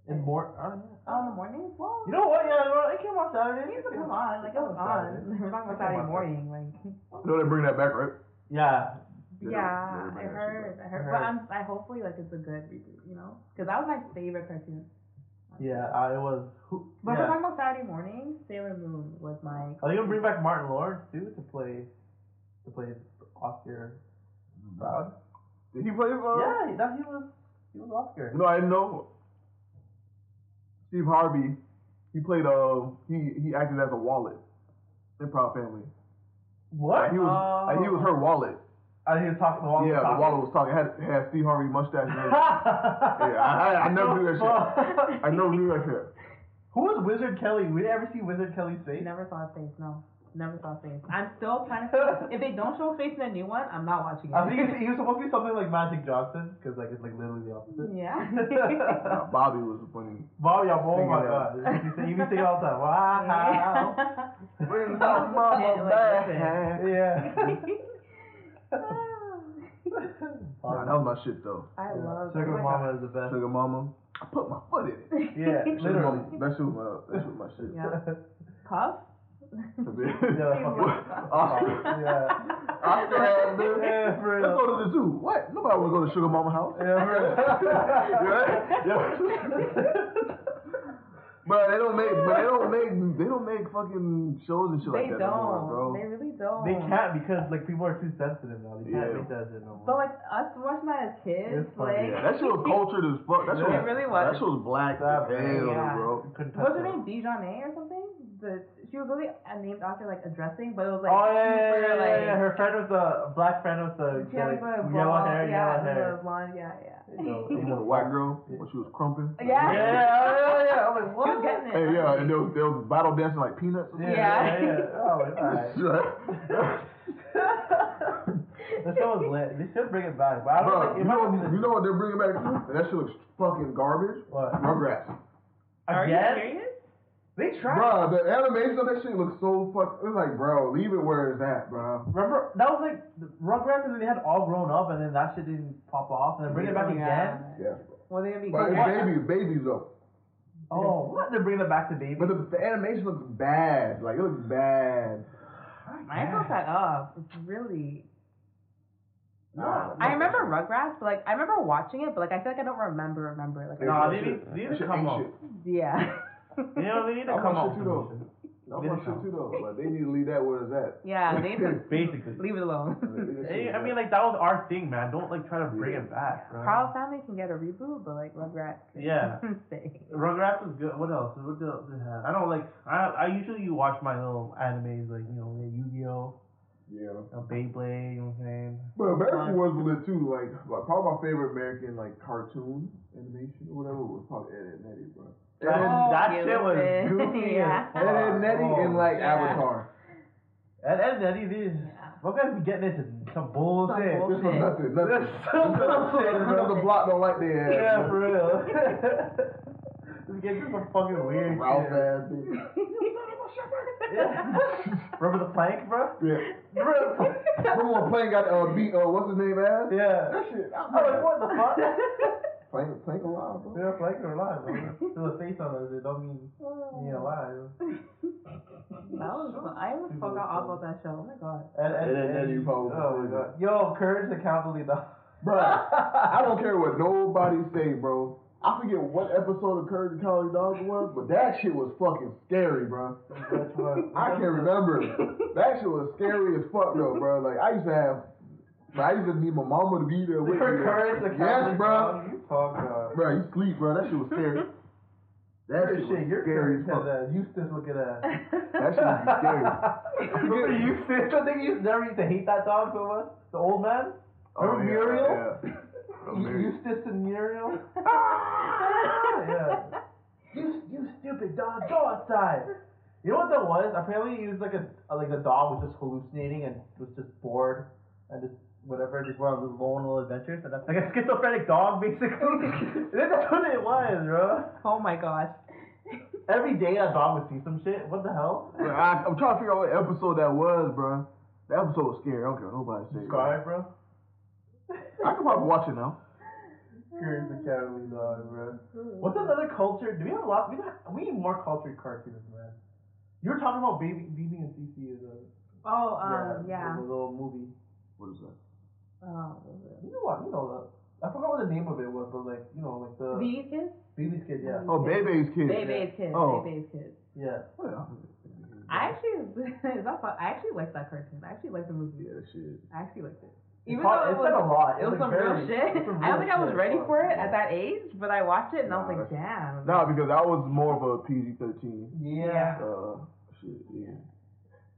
Speaker 3: And more. I don't know.
Speaker 4: Oh, in the mornings? Well,
Speaker 3: You know what? Yeah, no, it came on Saturday.
Speaker 4: it come on. Like, it was on. We're talking about Saturday morning. Like,
Speaker 2: You know they bring that back, right?
Speaker 3: Yeah,
Speaker 2: They don't- they
Speaker 4: yeah, I
Speaker 2: don't bring that shit
Speaker 4: heard. I heard.
Speaker 3: I
Speaker 4: But
Speaker 3: heard.
Speaker 4: I'm, I hopefully, like, it's a good reboot, you know? Because that was my favorite cartoon.
Speaker 3: yeah. I was. Who,
Speaker 4: But
Speaker 3: yeah.
Speaker 4: if we're talking about Saturday morning, Sailor Moon was my.
Speaker 3: Are they gonna bring back Martin Lawrence too to play to play Oscar Proud?
Speaker 2: back. Did he play for? uh,
Speaker 3: Yeah, that he was he was Oscar.
Speaker 2: No, I didn't know. Steve Harvey, he played uh he he acted as a wallet in Proud Family.
Speaker 3: What?
Speaker 2: Like, he was like,
Speaker 3: Uh,
Speaker 2: he was her wallet.
Speaker 3: I think he was talking the wall.
Speaker 2: yeah, the wallet was talking. Had had Steve Harvey mustache. And everything. yeah, I, I- I never knew that shit. I never knew that shit.
Speaker 3: Who was Wizard Kelly? We didn't ever see Wizard Kelly's
Speaker 4: I
Speaker 3: face.
Speaker 4: never saw his face, no. Never saw his face. I'm still trying to. If they don't show his face in the new one, I'm not watching it.
Speaker 3: I think it's, he was supposed to be something like Magic Johnson because like it's like literally the opposite.
Speaker 4: Yeah.
Speaker 2: Nah, Bobby was funny.
Speaker 3: Wow, yeah, oh my
Speaker 2: Singing
Speaker 3: god,
Speaker 2: that.
Speaker 3: you say, you be singing all the time. Wow.
Speaker 2: Bring my mama back.
Speaker 3: yeah.
Speaker 4: Ah.
Speaker 2: Nah, that was my shit though.
Speaker 4: I love
Speaker 3: Sugar
Speaker 4: oh my
Speaker 3: Mama is the best.
Speaker 2: Sugar Mama, I put my foot in it. That
Speaker 3: Yeah,
Speaker 2: shit was
Speaker 3: literally.
Speaker 2: my- That shit was my that shit was my shit.
Speaker 4: Yeah. Puff?
Speaker 2: Oscar, Oscar had the-
Speaker 3: Yeah, for
Speaker 2: Let's
Speaker 3: real.
Speaker 2: go to the zoo. What? Nobody want to go to Sugar Mama house.
Speaker 3: Yeah, for
Speaker 2: Yeah. But they don't make, but they don't make, they don't make fucking shows and shit
Speaker 4: They
Speaker 2: like that
Speaker 4: don't.
Speaker 2: no more, bro.
Speaker 4: They really don't.
Speaker 3: They can't because like people are too sensitive now. They can't
Speaker 2: Yeah.
Speaker 3: make that shit no more.
Speaker 4: But like us watching that as
Speaker 3: It's
Speaker 4: kids,
Speaker 3: funny,
Speaker 4: like
Speaker 2: yeah, that shit was cultured as fuck. That shit
Speaker 3: It
Speaker 2: was,
Speaker 4: really was.
Speaker 2: That shit was black as
Speaker 3: That
Speaker 2: hell,
Speaker 4: bad.
Speaker 2: bro.
Speaker 3: You couldn't touch
Speaker 4: What's her
Speaker 3: that.
Speaker 4: name? Dijonay or something? The she was really uh, named after like a dressing, but it was like
Speaker 3: oh yeah, yeah,
Speaker 4: super
Speaker 3: yeah, yeah, yeah.
Speaker 4: like
Speaker 3: Her friend was the black friend with the,
Speaker 4: she had like
Speaker 3: the
Speaker 4: the
Speaker 3: yellow
Speaker 4: blonde,
Speaker 3: hair,
Speaker 4: yeah,
Speaker 3: yellow hair.
Speaker 4: the blonde, yeah, yeah.
Speaker 3: No,
Speaker 2: You know the white girl when she was crumping.
Speaker 4: Yeah.
Speaker 3: Yeah, yeah, yeah. I'm like,
Speaker 4: She
Speaker 3: what?
Speaker 4: was getting it.
Speaker 2: Hey, yeah, and they was, they was battle dancing like peanuts.
Speaker 3: Yeah,
Speaker 4: Yeah.
Speaker 3: yeah, yeah. Oh, like, alright. This show was lit. They should bring it back, but I don't
Speaker 2: Bro,
Speaker 3: think
Speaker 2: you
Speaker 3: it might
Speaker 2: know,
Speaker 3: be the-
Speaker 2: you know what they're bringing back? And that shit looks fucking garbage.
Speaker 3: What?
Speaker 2: Rugrats.
Speaker 4: Are you
Speaker 3: Again?
Speaker 4: serious?
Speaker 3: They tried.
Speaker 2: Bro, the animation of that shit looks so fuck. It's like, bro, leave it where it's at, bro.
Speaker 3: Remember that was like the Rugrats, and then they had all grown up, and then that shit didn't pop off, and then bring it back
Speaker 4: Yeah.
Speaker 3: again.
Speaker 2: Yeah.
Speaker 4: Oh Well, they gonna be
Speaker 2: But it's
Speaker 4: Rugrats.
Speaker 2: babies, babies though.
Speaker 3: Oh, what? They're bringing it back to baby.
Speaker 2: But the, the animation looks bad. Like it looks bad.
Speaker 4: I felt that up. It's really.
Speaker 2: Nah,
Speaker 4: I remember Rugrats, but like I remember watching it, but like I feel like I don't remember remember it. Like,
Speaker 5: Nah,
Speaker 2: that
Speaker 5: they
Speaker 2: shit-
Speaker 5: need- they need
Speaker 2: that
Speaker 5: to
Speaker 2: shit
Speaker 5: come
Speaker 2: ain't
Speaker 5: up.
Speaker 2: shit.
Speaker 4: yeah.
Speaker 5: You know, they need
Speaker 2: I
Speaker 5: to come
Speaker 2: want
Speaker 5: out
Speaker 2: you
Speaker 5: with
Speaker 2: to know.
Speaker 5: some shit.
Speaker 2: I
Speaker 5: They
Speaker 2: want
Speaker 5: need to
Speaker 2: shit
Speaker 5: come.
Speaker 2: too though, but they need to leave that where it's at.
Speaker 4: yeah, they just
Speaker 5: Basically.
Speaker 4: leave it alone.
Speaker 5: Hey, I mean, like that was our thing, man. Don't like try to bring it back, bro.
Speaker 4: Proud Family can get a reboot, but like Rugrats can
Speaker 5: Yeah.
Speaker 4: stay.
Speaker 5: Rugrats was good. What else? What else did it have? I don't like. I I usually watch my little animes like you know Yu-Gi-Oh,
Speaker 2: yeah.
Speaker 5: you know, Beyblade. You know what I'm saying?
Speaker 2: But American was lit too. Like, like probably my favorite American like cartoon animation or whatever was probably Ed, Ed and Eddie, bro.
Speaker 5: That-
Speaker 2: Ed, Ed,
Speaker 3: Oh.
Speaker 5: that
Speaker 4: Oh,
Speaker 5: Oh,
Speaker 4: you
Speaker 5: shit was
Speaker 4: bitch.
Speaker 5: goofy
Speaker 4: yeah.
Speaker 5: as fuck.
Speaker 2: Ed and Eddie and like
Speaker 4: Yeah.
Speaker 2: Avatar.
Speaker 3: And and Eddie, these
Speaker 4: Yeah.
Speaker 3: what guys be getting into some bullshit.
Speaker 4: Some
Speaker 2: This was
Speaker 4: Okay.
Speaker 2: nothing. Nothing.
Speaker 3: That's so bullshit,
Speaker 2: Another
Speaker 3: bro.
Speaker 2: block don't like their ass.
Speaker 3: Yeah,
Speaker 2: bro.
Speaker 3: for real. Just get into some fucking weird
Speaker 2: Ralph
Speaker 3: shit.
Speaker 2: ass bitch.
Speaker 3: Remember the plank, bro?
Speaker 2: Yeah.
Speaker 3: Remember the plank?
Speaker 2: Remember when Plank got uh, beat? Uh, what's his name? Ass.
Speaker 3: Yeah.
Speaker 2: That shit.
Speaker 3: I was like, what the fuck?
Speaker 2: Plank, Plank alive, bro.
Speaker 3: You're a plank or alive, bro. There's a face on it. It don't mean being alive.
Speaker 4: That was, I almost forgot all about that show. Oh my god.
Speaker 3: And, and,
Speaker 2: And then Eddie Poe.
Speaker 3: Oh my god. Yo, courage to count the lead
Speaker 2: Bro, I don't care what nobody say, bro. I forget what episode of Courage the Cowardly Dog it was, but that shit was fucking scary, bro. I can't remember. That shit was scary as fuck though, bro. Like I used to have, bro, I used to need my mama to be there with me. bro.
Speaker 3: courage to count
Speaker 2: Yes, bro.
Speaker 3: You talk, uh,
Speaker 2: Bro, you sleep, bro. That shit was scary. That
Speaker 3: Your
Speaker 2: shit was
Speaker 3: shit, your
Speaker 2: scary as
Speaker 3: courage
Speaker 2: fuck.
Speaker 3: has uh, Eustace looking at.
Speaker 2: That shit was scary.
Speaker 3: Remember Eustace? I think Eustace never used to hate that dog so much. The old man?
Speaker 2: Oh, yeah,
Speaker 3: Muriel?
Speaker 2: yeah. Oh, Muriel.
Speaker 3: Eustace and Muriel?
Speaker 4: Ah, yeah.
Speaker 3: You, you stupid dog, go outside. You know what that was? Apparently, he was like a like the dog was just hallucinating and was just bored and just whatever, just went on his lone little adventures. And that's like a schizophrenic dog, basically. that's what it was, bro.
Speaker 4: Oh my gosh.
Speaker 3: Every day that dog would see some shit. What the hell?
Speaker 2: Bro, I, I'm trying to figure out what episode that was, bro. That episode was scary. I don't care what nobody say. bro.
Speaker 3: Scarred, bro.
Speaker 2: I could probably watch it now.
Speaker 3: Here's the cowardly dog, bro. What's another culture? Do we have a lot? We got, we need more cultured cartoons, man. You were talking about baby, BB and CC as a
Speaker 4: Oh, um, yeah.
Speaker 3: a little movie.
Speaker 2: What is that?
Speaker 4: Oh, what was it?
Speaker 3: You know what? You know that. I forgot what the name of it was, but like, you know, like the
Speaker 4: Baby's Kids?
Speaker 3: Baby's Kid, yeah.
Speaker 4: Mm.
Speaker 2: Oh, Bebe's kid.
Speaker 4: Baby's Kids.
Speaker 2: Oh.
Speaker 4: Baby's Kids.
Speaker 3: Yeah.
Speaker 2: Yeah.
Speaker 4: I actually, is that fun? I actually liked that cartoon. I actually liked the movie.
Speaker 2: Yeah, shit.
Speaker 4: I actually liked it.
Speaker 3: It's
Speaker 4: Even
Speaker 3: hard-
Speaker 4: though it
Speaker 3: it's
Speaker 4: was,
Speaker 3: like a lot.
Speaker 4: it was
Speaker 3: It's
Speaker 4: some
Speaker 3: like
Speaker 4: real
Speaker 3: very-
Speaker 4: shit.
Speaker 3: it's some
Speaker 4: I don't
Speaker 3: real
Speaker 4: think I was
Speaker 3: shit.
Speaker 4: ready for it
Speaker 3: Yeah.
Speaker 4: at that age, but I watched it and I was
Speaker 2: Nah,
Speaker 4: like, damn.
Speaker 2: No, because I was more of a PG thirteen.
Speaker 3: Yeah.
Speaker 2: Uh, shit. Yeah.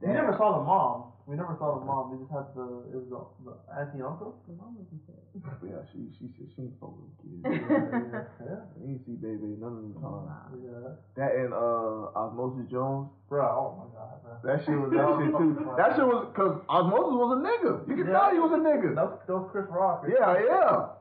Speaker 3: We never saw the mom. We never saw the mom. We just had the it was the, the auntie and uncle.
Speaker 4: The mom was in it.
Speaker 2: Yeah, she she said she ain't fucking with
Speaker 4: Yeah.
Speaker 2: kids.
Speaker 3: Yeah.
Speaker 2: I ain't see baby none of them times.
Speaker 4: Wow.
Speaker 3: Yeah.
Speaker 2: That and uh Osmosis Jones.
Speaker 3: Bro, oh my god, bro.
Speaker 2: That shit was that shit too. That shit was because Osmosis was a nigga. You could
Speaker 3: Yeah.
Speaker 2: tell he was a nigga.
Speaker 3: That was, that was Chris Rock. right?
Speaker 2: Yeah, yeah.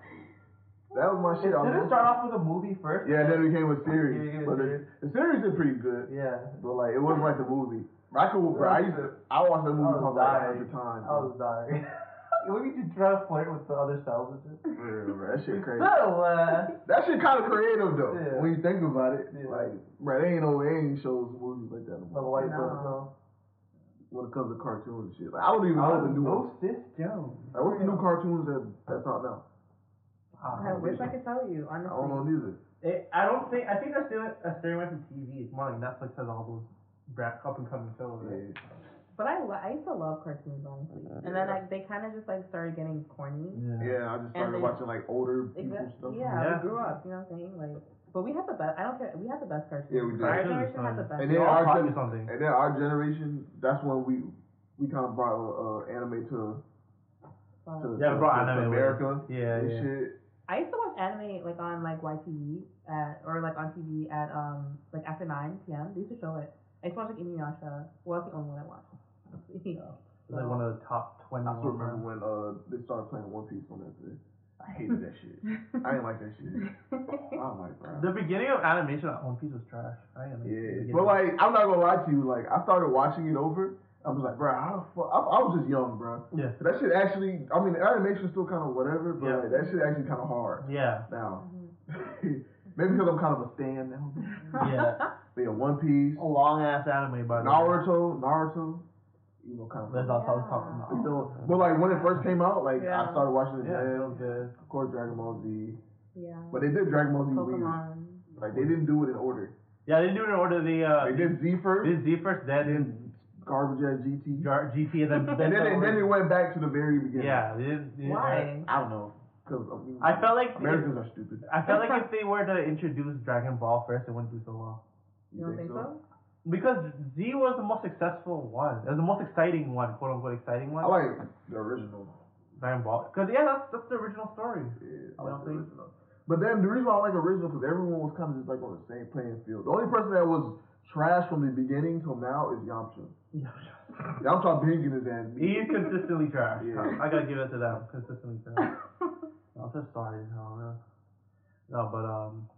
Speaker 2: That was my shit.
Speaker 3: Did it
Speaker 2: Osmosis.
Speaker 3: start off with a movie first?
Speaker 2: Yeah, and then it became a
Speaker 3: Yeah, it
Speaker 2: series.
Speaker 3: became a
Speaker 2: But the,
Speaker 3: series.
Speaker 2: the series is pretty good.
Speaker 3: Yeah.
Speaker 2: But like it wasn't like the movie. I could, bro, I used to, I watched that movie
Speaker 3: I was
Speaker 2: probably like a
Speaker 3: dying.
Speaker 2: hundred times.
Speaker 3: I was dying. Look at you trying to flirt with the other cells. and shit.
Speaker 2: Yeah, bro, that shit
Speaker 3: So,
Speaker 2: crazy.
Speaker 3: uh,
Speaker 2: That shit kind of creative though.
Speaker 3: Yeah.
Speaker 2: When you think about it,
Speaker 3: Yeah.
Speaker 2: like, bro, they ain't no, they ain't shows movies like that no
Speaker 3: the
Speaker 2: more.
Speaker 3: white
Speaker 4: No.
Speaker 3: bro, so.
Speaker 2: When it comes to cartoons and shit, like I don't even know the new ones.
Speaker 3: Sis Jones.
Speaker 2: Like, what's the new cartoons that that's out now?
Speaker 4: I wish I could tell you, honestly.
Speaker 2: I don't know neither.
Speaker 5: It, Eh, I don't think. I think they're still uh, staring away from TV. It's more like Netflix has all those brand, up and coming shows. Right?
Speaker 2: Yeah.
Speaker 4: But I, lo- I used to love cartoons, honestly. And then like, they kind of just like started getting corny.
Speaker 3: Mm,
Speaker 2: yeah, I just
Speaker 4: And
Speaker 2: started
Speaker 4: they-
Speaker 2: watching like older people stuff.
Speaker 4: Exactly.
Speaker 5: Yeah.
Speaker 4: Yeah, we grew up. You know what I'm saying? Like, but we have the best. I don't care. We have the best cartoons.
Speaker 2: Yeah, we do.
Speaker 4: Our
Speaker 5: Cartoons
Speaker 4: generation
Speaker 5: are
Speaker 4: has the
Speaker 5: fun.
Speaker 4: best.
Speaker 2: And
Speaker 5: They
Speaker 2: then
Speaker 5: all
Speaker 2: our
Speaker 5: taught
Speaker 2: gen-
Speaker 5: you something.
Speaker 2: and then our generation, that's when we we kind of brought uh, uh, anime to to,
Speaker 4: But
Speaker 5: Yeah, we
Speaker 2: to,
Speaker 5: brought
Speaker 2: to
Speaker 5: anime with
Speaker 2: America.
Speaker 5: us. Yeah,
Speaker 2: and
Speaker 5: yeah.
Speaker 2: shit.
Speaker 4: I used to watch anime like on like YTV at uh, or like on TV at um like after 9 p.m. They used to show it. I used to watch like Inuyasha. Well, that's the only one I watched.
Speaker 5: It's
Speaker 4: honestly.
Speaker 5: like one of the top twenty.
Speaker 2: I still remember when uh they started playing One Piece on that thing. I hated that shit. I didn't like that shit. I'm like, bro.
Speaker 5: The beginning of animation at One Piece was trash. I didn't like the
Speaker 2: Yeah,
Speaker 5: beginning.
Speaker 2: but like I'm not gonna lie to you. Like I started watching it over. I was like, bro, how the fuck? I, I was just young, bro.
Speaker 5: yeah,
Speaker 2: That shit actually. I mean, the animation's still kind of whatever, but
Speaker 5: Yeah.
Speaker 2: like, that shit actually kind of hard
Speaker 3: Mm-hmm.
Speaker 5: yeah.
Speaker 2: now. Maybe because I'm kind of a stan now.
Speaker 3: Yeah.
Speaker 2: But yeah, One Piece,
Speaker 3: A long ass anime, by the way.
Speaker 2: Naruto, Naruto. You know, kind
Speaker 7: That's
Speaker 2: of.
Speaker 7: all I was talking about.
Speaker 2: So, but like when it first came out, like I
Speaker 4: Yeah.
Speaker 2: started watching it.
Speaker 7: Yeah, it
Speaker 2: then,
Speaker 7: was good.
Speaker 2: Of course, Dragon Ball Z.
Speaker 4: yeah.
Speaker 2: But they did Dragon Ball Z weird.
Speaker 4: Pokemon.
Speaker 2: Like they didn't do it in order.
Speaker 3: Yeah, they did do it in order. They uh,
Speaker 2: They did Z first,
Speaker 3: did Z first,
Speaker 2: and
Speaker 3: then
Speaker 2: then garbage at GT.
Speaker 3: Jar- GT, and then
Speaker 2: And then, and then it went back to the very beginning.
Speaker 3: yeah, they didn't, they didn't-
Speaker 4: Why?
Speaker 3: I don't know.
Speaker 2: Because I, mean,
Speaker 3: I felt like
Speaker 2: um, Americans are stupid.
Speaker 3: I felt like if they were to introduce Dragon Ball first, it wouldn't do so well.
Speaker 4: You don't think so?
Speaker 3: Because Z was the most successful one. It was the most exciting one, quote unquote exciting one.
Speaker 2: I like the original.
Speaker 3: Dragon Ball. Because, yeah, that's, that's the original story.
Speaker 2: Yeah, I
Speaker 3: You
Speaker 2: like
Speaker 3: don't
Speaker 2: the
Speaker 3: think-
Speaker 2: original. But then the reason why I like original because everyone was kind of just like on the same playing field. The only person that was trash from the beginning till now is Yamcha. Yamcha being in his ass.
Speaker 3: He is consistently trash.
Speaker 2: Yeah.
Speaker 3: I gotta give it to them. Consistently trash. I'm just sorry as hell, man. No, but um,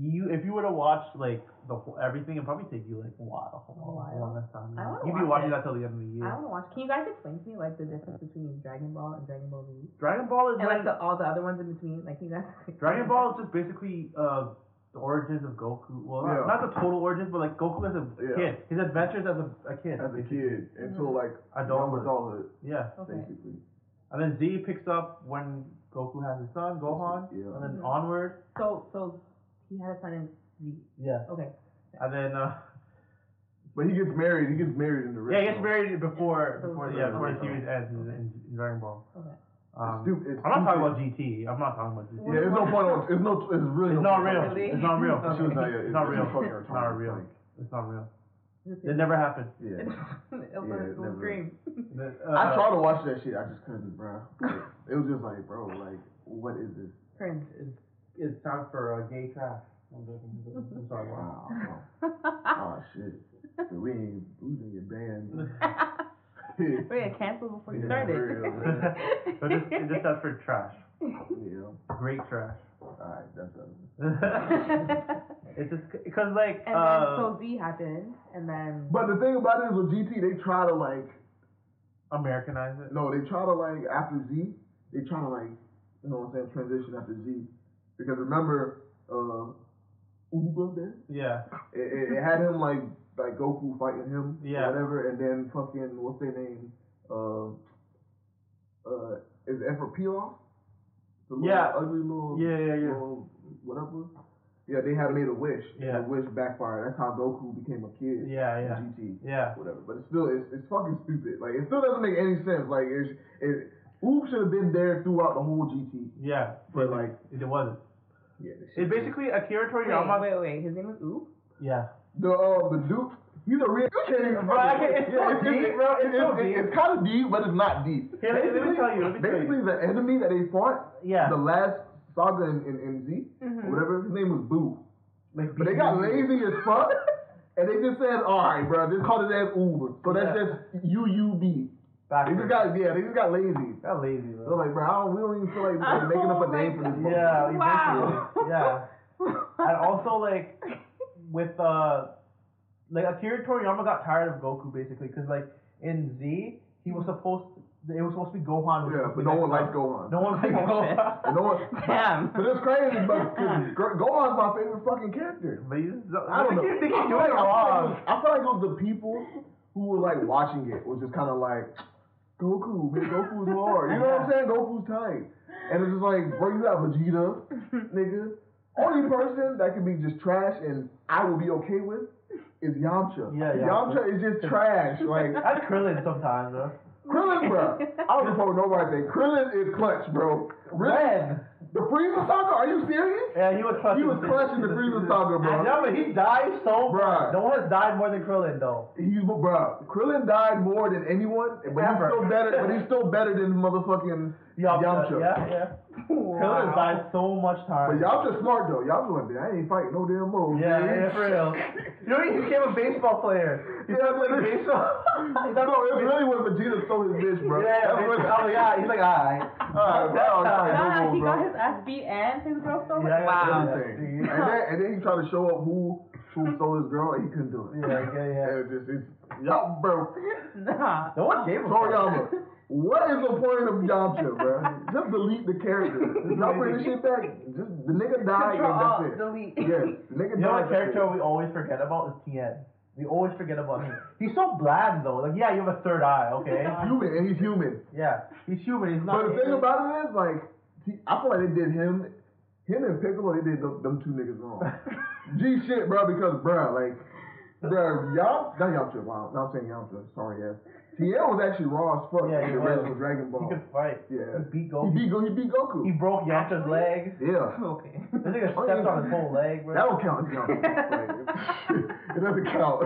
Speaker 3: you if you were to watch like the whole, everything, it'd probably take you like a while. A
Speaker 4: while.
Speaker 3: longest time.
Speaker 4: I wanna
Speaker 3: You'd be
Speaker 4: watch
Speaker 3: watching
Speaker 4: it.
Speaker 3: that till the end of the
Speaker 4: I
Speaker 3: year.
Speaker 4: want to watch. Can you guys explain to me like the difference between Dragon Ball and Dragon Ball Z,
Speaker 3: Dragon Ball is
Speaker 4: and like
Speaker 3: like
Speaker 4: the, all the other ones in between? Like, can you guys?
Speaker 3: Dragon Ball is just basically uh the origins of Goku. Well,
Speaker 2: Yeah.
Speaker 3: not, not the total origins, but like Goku as a
Speaker 2: Yeah.
Speaker 3: kid, his adventures as a, a kid.
Speaker 2: as a kid until like young
Speaker 3: Adulthood.
Speaker 2: adulthood,
Speaker 3: Yeah.
Speaker 4: Okay.
Speaker 2: basically.
Speaker 3: And then Z picks up when Goku has his son, Gohan.
Speaker 2: Yeah.
Speaker 3: And then
Speaker 4: Mhm.
Speaker 3: onward.
Speaker 4: So, so he had a son in Z.
Speaker 3: Yeah.
Speaker 4: Okay.
Speaker 3: And then uh,
Speaker 2: But he gets married. He gets married in the
Speaker 3: yeah,
Speaker 2: original.
Speaker 3: he gets married before
Speaker 4: So-
Speaker 3: before yeah before the
Speaker 2: Okay.
Speaker 3: series ends in, in, in Dragon Ball.
Speaker 4: Okay.
Speaker 3: Um,
Speaker 2: It's stupid. It's
Speaker 3: I'm not talking about
Speaker 2: stupid.
Speaker 3: GT. I'm not talking about GT.
Speaker 2: Yeah, it's no point. On, it's no. It's really.
Speaker 3: It's
Speaker 2: no
Speaker 3: not real.
Speaker 2: point.
Speaker 3: It's not real.
Speaker 2: She was like, yeah,
Speaker 3: It's not
Speaker 2: it's
Speaker 3: real.
Speaker 2: fucking
Speaker 3: It's not
Speaker 2: retarded,
Speaker 3: real.
Speaker 2: like,
Speaker 3: It's not real.
Speaker 4: This
Speaker 3: It
Speaker 4: is-
Speaker 3: never happened.
Speaker 2: Yeah.
Speaker 4: It
Speaker 2: Yeah,
Speaker 4: was
Speaker 2: it never-
Speaker 4: a dream.
Speaker 3: The-
Speaker 2: I
Speaker 3: uh,
Speaker 2: tried to watch that shit. I just couldn't, bro. It was just like, bro, like, what is this?
Speaker 4: Cringe.
Speaker 3: It's time for uh, gay trash. I'm joking.
Speaker 4: Mm-hmm.
Speaker 3: I'm sorry.
Speaker 2: Wow. Oh shit. We ain't losing your band.
Speaker 4: We had canceled before you
Speaker 2: Yeah,
Speaker 4: started.
Speaker 2: real,
Speaker 3: man. But this, it just stands for trash.
Speaker 2: yeah.
Speaker 3: Great trash.
Speaker 2: All right, that's it.
Speaker 3: it's just because like
Speaker 4: and then
Speaker 3: uh,
Speaker 4: so Z happened, and then
Speaker 2: But the thing about it is with GT, they try to like,
Speaker 3: Americanize it.
Speaker 2: no, they try to like after Z, they try to like, you know what I'm saying, transition after Z, because remember, uh, Uba there,
Speaker 3: Yeah.
Speaker 2: it, it, it had him like like Goku fighting him, or
Speaker 3: Yeah.
Speaker 2: whatever, and then fucking what's their name, uh, uh, is it Effort Pilaf? The little
Speaker 3: Yeah.
Speaker 2: ugly little
Speaker 3: Yeah, yeah, yeah.
Speaker 2: little whatever. Yeah, they had made a wish.
Speaker 3: Yeah.
Speaker 2: and the wish backfired. That's how Goku became a kid.
Speaker 3: Yeah.
Speaker 2: in
Speaker 3: Yeah.
Speaker 2: GT,
Speaker 3: Yeah.
Speaker 2: whatever. But it's still it's, it's fucking stupid. Like it still doesn't make any sense. Like it's it. Oob should have been there throughout the whole GT.
Speaker 3: Yeah.
Speaker 2: But, like-
Speaker 3: it, wasn't.
Speaker 2: Yeah. this shit-
Speaker 3: It basically Akira
Speaker 4: wait,
Speaker 3: Toriyama.
Speaker 4: wait, wait, his name was Oop.
Speaker 3: Yeah.
Speaker 2: The uh, the Duke, he's a real.
Speaker 3: Bro, I can- it's so deep, bro. It's so deep.
Speaker 2: It's kind of deep, but it's not deep.
Speaker 3: Here, let me- let me tell you, let me tell you.
Speaker 2: basically, the enemy that they fought,
Speaker 3: Yeah.
Speaker 2: the last saga in, in, in Z, or whatever his name was, Boo. But they got lazy as fuck, and they just said, "All right, bro, just call it as Uber." So that's
Speaker 3: Yeah.
Speaker 2: just UUB. They just got yeah, they just got lazy.
Speaker 3: got lazy, bro.
Speaker 2: They're like, bro, I don't, we don't even feel like like, making up a
Speaker 4: Oh
Speaker 2: name
Speaker 4: my
Speaker 2: for this.
Speaker 4: God.
Speaker 3: Yeah.
Speaker 2: motherfucker.
Speaker 4: Wow.
Speaker 3: eventually, Yeah. And also like with uh like Akira Toriyama got tired of Goku basically because like in Z he was supposed to, it was supposed to be Gohan. was
Speaker 2: Yeah,
Speaker 3: supposed to
Speaker 2: but
Speaker 3: be
Speaker 2: no
Speaker 3: next
Speaker 2: one likes
Speaker 3: up.
Speaker 2: Gohan.
Speaker 3: No one liked Gohan.
Speaker 2: And no one.
Speaker 4: Damn.
Speaker 2: But it's crazy, but 'cause Go- Gohan's my favorite fucking character.
Speaker 3: But he's,
Speaker 2: I don't know. I
Speaker 3: They keep
Speaker 2: feel
Speaker 3: doing
Speaker 2: like- I feel
Speaker 3: it wrong.
Speaker 2: like it was- I feel like it was the people who were like watching it was just kind of like, Goku, man, Goku's hard. You know what I'm saying? Goku's tight. And it's just like, bro, you got Vegeta, nigga. Only person that can be just trash and I will be okay with is Yamcha.
Speaker 3: Yeah, yeah.
Speaker 2: Yamcha is just trash. Like,
Speaker 3: That's Krillin sometimes, bro.
Speaker 2: Krillin, bro. I don't give a fuck what nobody think. Krillin is clutch, bro. Really?
Speaker 3: When?
Speaker 2: The Frieza Saga? Are you serious?
Speaker 3: Yeah, he was crushing.
Speaker 2: He was crushing the Frieza Saga, bro.
Speaker 3: Yeah, but he died so
Speaker 2: Bruh.
Speaker 3: much. No one has died more than Krillin, though.
Speaker 2: He's bro. Krillin died more than anyone, but he's
Speaker 3: Ever.
Speaker 2: still better. But he's still better than motherfucking
Speaker 3: Yamcha.
Speaker 2: Yamcha.
Speaker 3: Yeah, yeah. Krillin
Speaker 4: Wow.
Speaker 3: died so much
Speaker 2: But
Speaker 3: time.
Speaker 2: Yamcha's smart though. Yamcha like, I ain't fighting no damn move.
Speaker 3: yeah,
Speaker 2: man."
Speaker 3: yeah, for real. You know, he became a baseball player. He
Speaker 2: Yeah,
Speaker 3: started
Speaker 2: but-
Speaker 3: playing baseball. He started
Speaker 2: No, it's
Speaker 3: playing
Speaker 2: really when Vegeta stole his bitch, bro.
Speaker 3: baseball. Yeah,
Speaker 2: That's when-
Speaker 3: yeah. Oh, yeah. He's like, alright.
Speaker 2: Alright, bro, I was like,
Speaker 4: Nah,
Speaker 2: no more,
Speaker 4: he
Speaker 2: bro.
Speaker 4: got his ass beat and his girl stolen.
Speaker 3: Yeah, yeah,
Speaker 4: wow.
Speaker 3: yeah.
Speaker 2: Everything. And then and then he tried to show up who who stole his girl, and he couldn't do it.
Speaker 3: Yeah, yeah, yeah.
Speaker 2: And it's just, it's, y'all broke.
Speaker 4: nah.
Speaker 3: No one gave a fuck.
Speaker 2: Toriyama, what is the point of Yamcha, bro? Just delete the character. Y'all bring this shit back. Just the nigga died
Speaker 4: Control Alt
Speaker 2: and that's it.
Speaker 4: Delete.
Speaker 2: Yeah, the nigga
Speaker 3: You know
Speaker 2: died.
Speaker 3: what character we always forget about is Tien. We always forget about him. He's so bland though. Like yeah, you have a third eye, okay?
Speaker 2: He's human and he's human.
Speaker 3: Yeah, he's human. He's not.
Speaker 2: But the thing about it is, like, he, I feel like they did him, him and Piccolo, they did them, them two niggas wrong. G shit, bro, because bro, like, bro, y'all, not Yamcha, wow, not saying Yamcha, sorry, yeah. Tien was actually raw as fuck
Speaker 3: Yeah,
Speaker 2: in
Speaker 3: he
Speaker 2: the
Speaker 3: was.
Speaker 2: original Dragon
Speaker 3: he
Speaker 2: Ball.
Speaker 3: could fight.
Speaker 2: Yeah.
Speaker 3: He beat
Speaker 2: He
Speaker 3: Goku.
Speaker 2: beat, Go- he beat Goku.
Speaker 3: He broke Yamcha's
Speaker 4: Actually?
Speaker 3: leg.
Speaker 2: yeah.
Speaker 4: Okay.
Speaker 3: This nigga
Speaker 2: Oh,
Speaker 3: stepped
Speaker 2: yeah.
Speaker 3: on his whole leg,
Speaker 2: That
Speaker 3: bro.
Speaker 2: don't count. as Yamcha. Like, it doesn't count.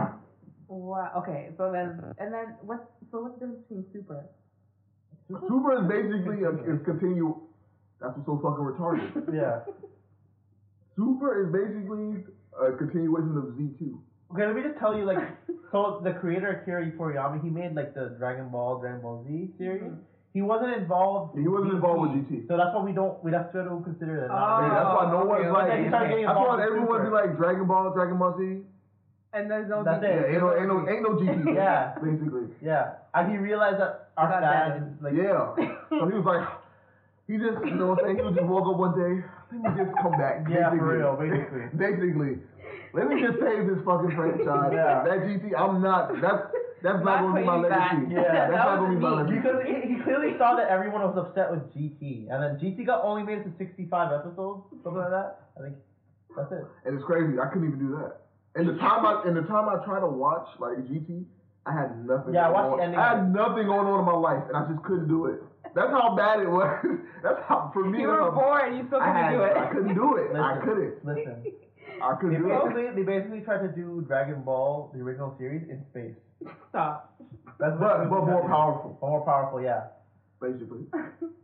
Speaker 4: wow. Okay. So then, and then what's so what's the difference between super?
Speaker 2: Super is basically a, is continue. That's what's so fucking retarded.
Speaker 3: Yeah.
Speaker 2: Super is basically a continuation of Z2.
Speaker 3: Okay, let me just tell you, like, so the creator Akira Toriyama, he made like the Dragon Ball, Dragon Ball Z series.
Speaker 4: Mm-hmm.
Speaker 3: He wasn't involved.
Speaker 2: He wasn't involved with GT.
Speaker 3: So that's why we don't. We that's why we don't consider that.
Speaker 2: Like, that's why no one's
Speaker 4: Oh, okay,
Speaker 2: like.
Speaker 3: Oh, okay,
Speaker 2: I
Speaker 3: okay.
Speaker 2: thought
Speaker 3: Involved with
Speaker 2: everyone
Speaker 3: Super.
Speaker 2: be like Dragon Ball, Dragon Ball Z.
Speaker 4: And there's no.
Speaker 3: That's
Speaker 2: Yeah,
Speaker 3: it.
Speaker 2: ain't no, ain't no, ain't no GT.
Speaker 3: Yeah.
Speaker 2: basically.
Speaker 3: Yeah, and he realized that our
Speaker 4: Got
Speaker 3: fans, like,
Speaker 2: Yeah. So he was like, he just, you know, what I'm saying he just woke up one day. Let me just come back.
Speaker 3: Yeah,
Speaker 2: basically.
Speaker 3: for real, basically.
Speaker 2: basically, let me just save this fucking franchise.
Speaker 3: Yeah.
Speaker 2: That GT, I'm not. That's that's not,
Speaker 4: Not
Speaker 2: gonna be my
Speaker 4: putting back.
Speaker 2: legacy. that's
Speaker 3: Yeah,
Speaker 4: that
Speaker 2: not gonna be
Speaker 4: was
Speaker 2: my
Speaker 4: me.
Speaker 2: legacy.
Speaker 3: because he, he clearly saw that everyone was upset with GT, and then GT got only made it to 65 episodes, something like that. I think that's it.
Speaker 2: And it's crazy. I couldn't even do that. And the time I and the time I tried to watch like GT, I had nothing.
Speaker 3: Yeah, I
Speaker 2: going
Speaker 3: watched
Speaker 2: on.
Speaker 3: the ending
Speaker 2: I
Speaker 3: of
Speaker 2: had nothing going on in my life, and I just couldn't do it. That's how bad it was. That's how for me.
Speaker 4: You
Speaker 2: that's
Speaker 4: were
Speaker 2: how-
Speaker 4: bored. You still
Speaker 2: I
Speaker 4: couldn't
Speaker 2: had.
Speaker 4: do it.
Speaker 2: I couldn't do it. I
Speaker 3: Listen.
Speaker 2: couldn't.
Speaker 3: Listen,
Speaker 2: I
Speaker 3: they
Speaker 2: couldn't do it.
Speaker 3: basically they basically tried to do Dragon Ball the original series in space.
Speaker 4: Stop.
Speaker 3: That's
Speaker 2: But but more powerful,
Speaker 3: But more powerful, yeah.
Speaker 2: basically.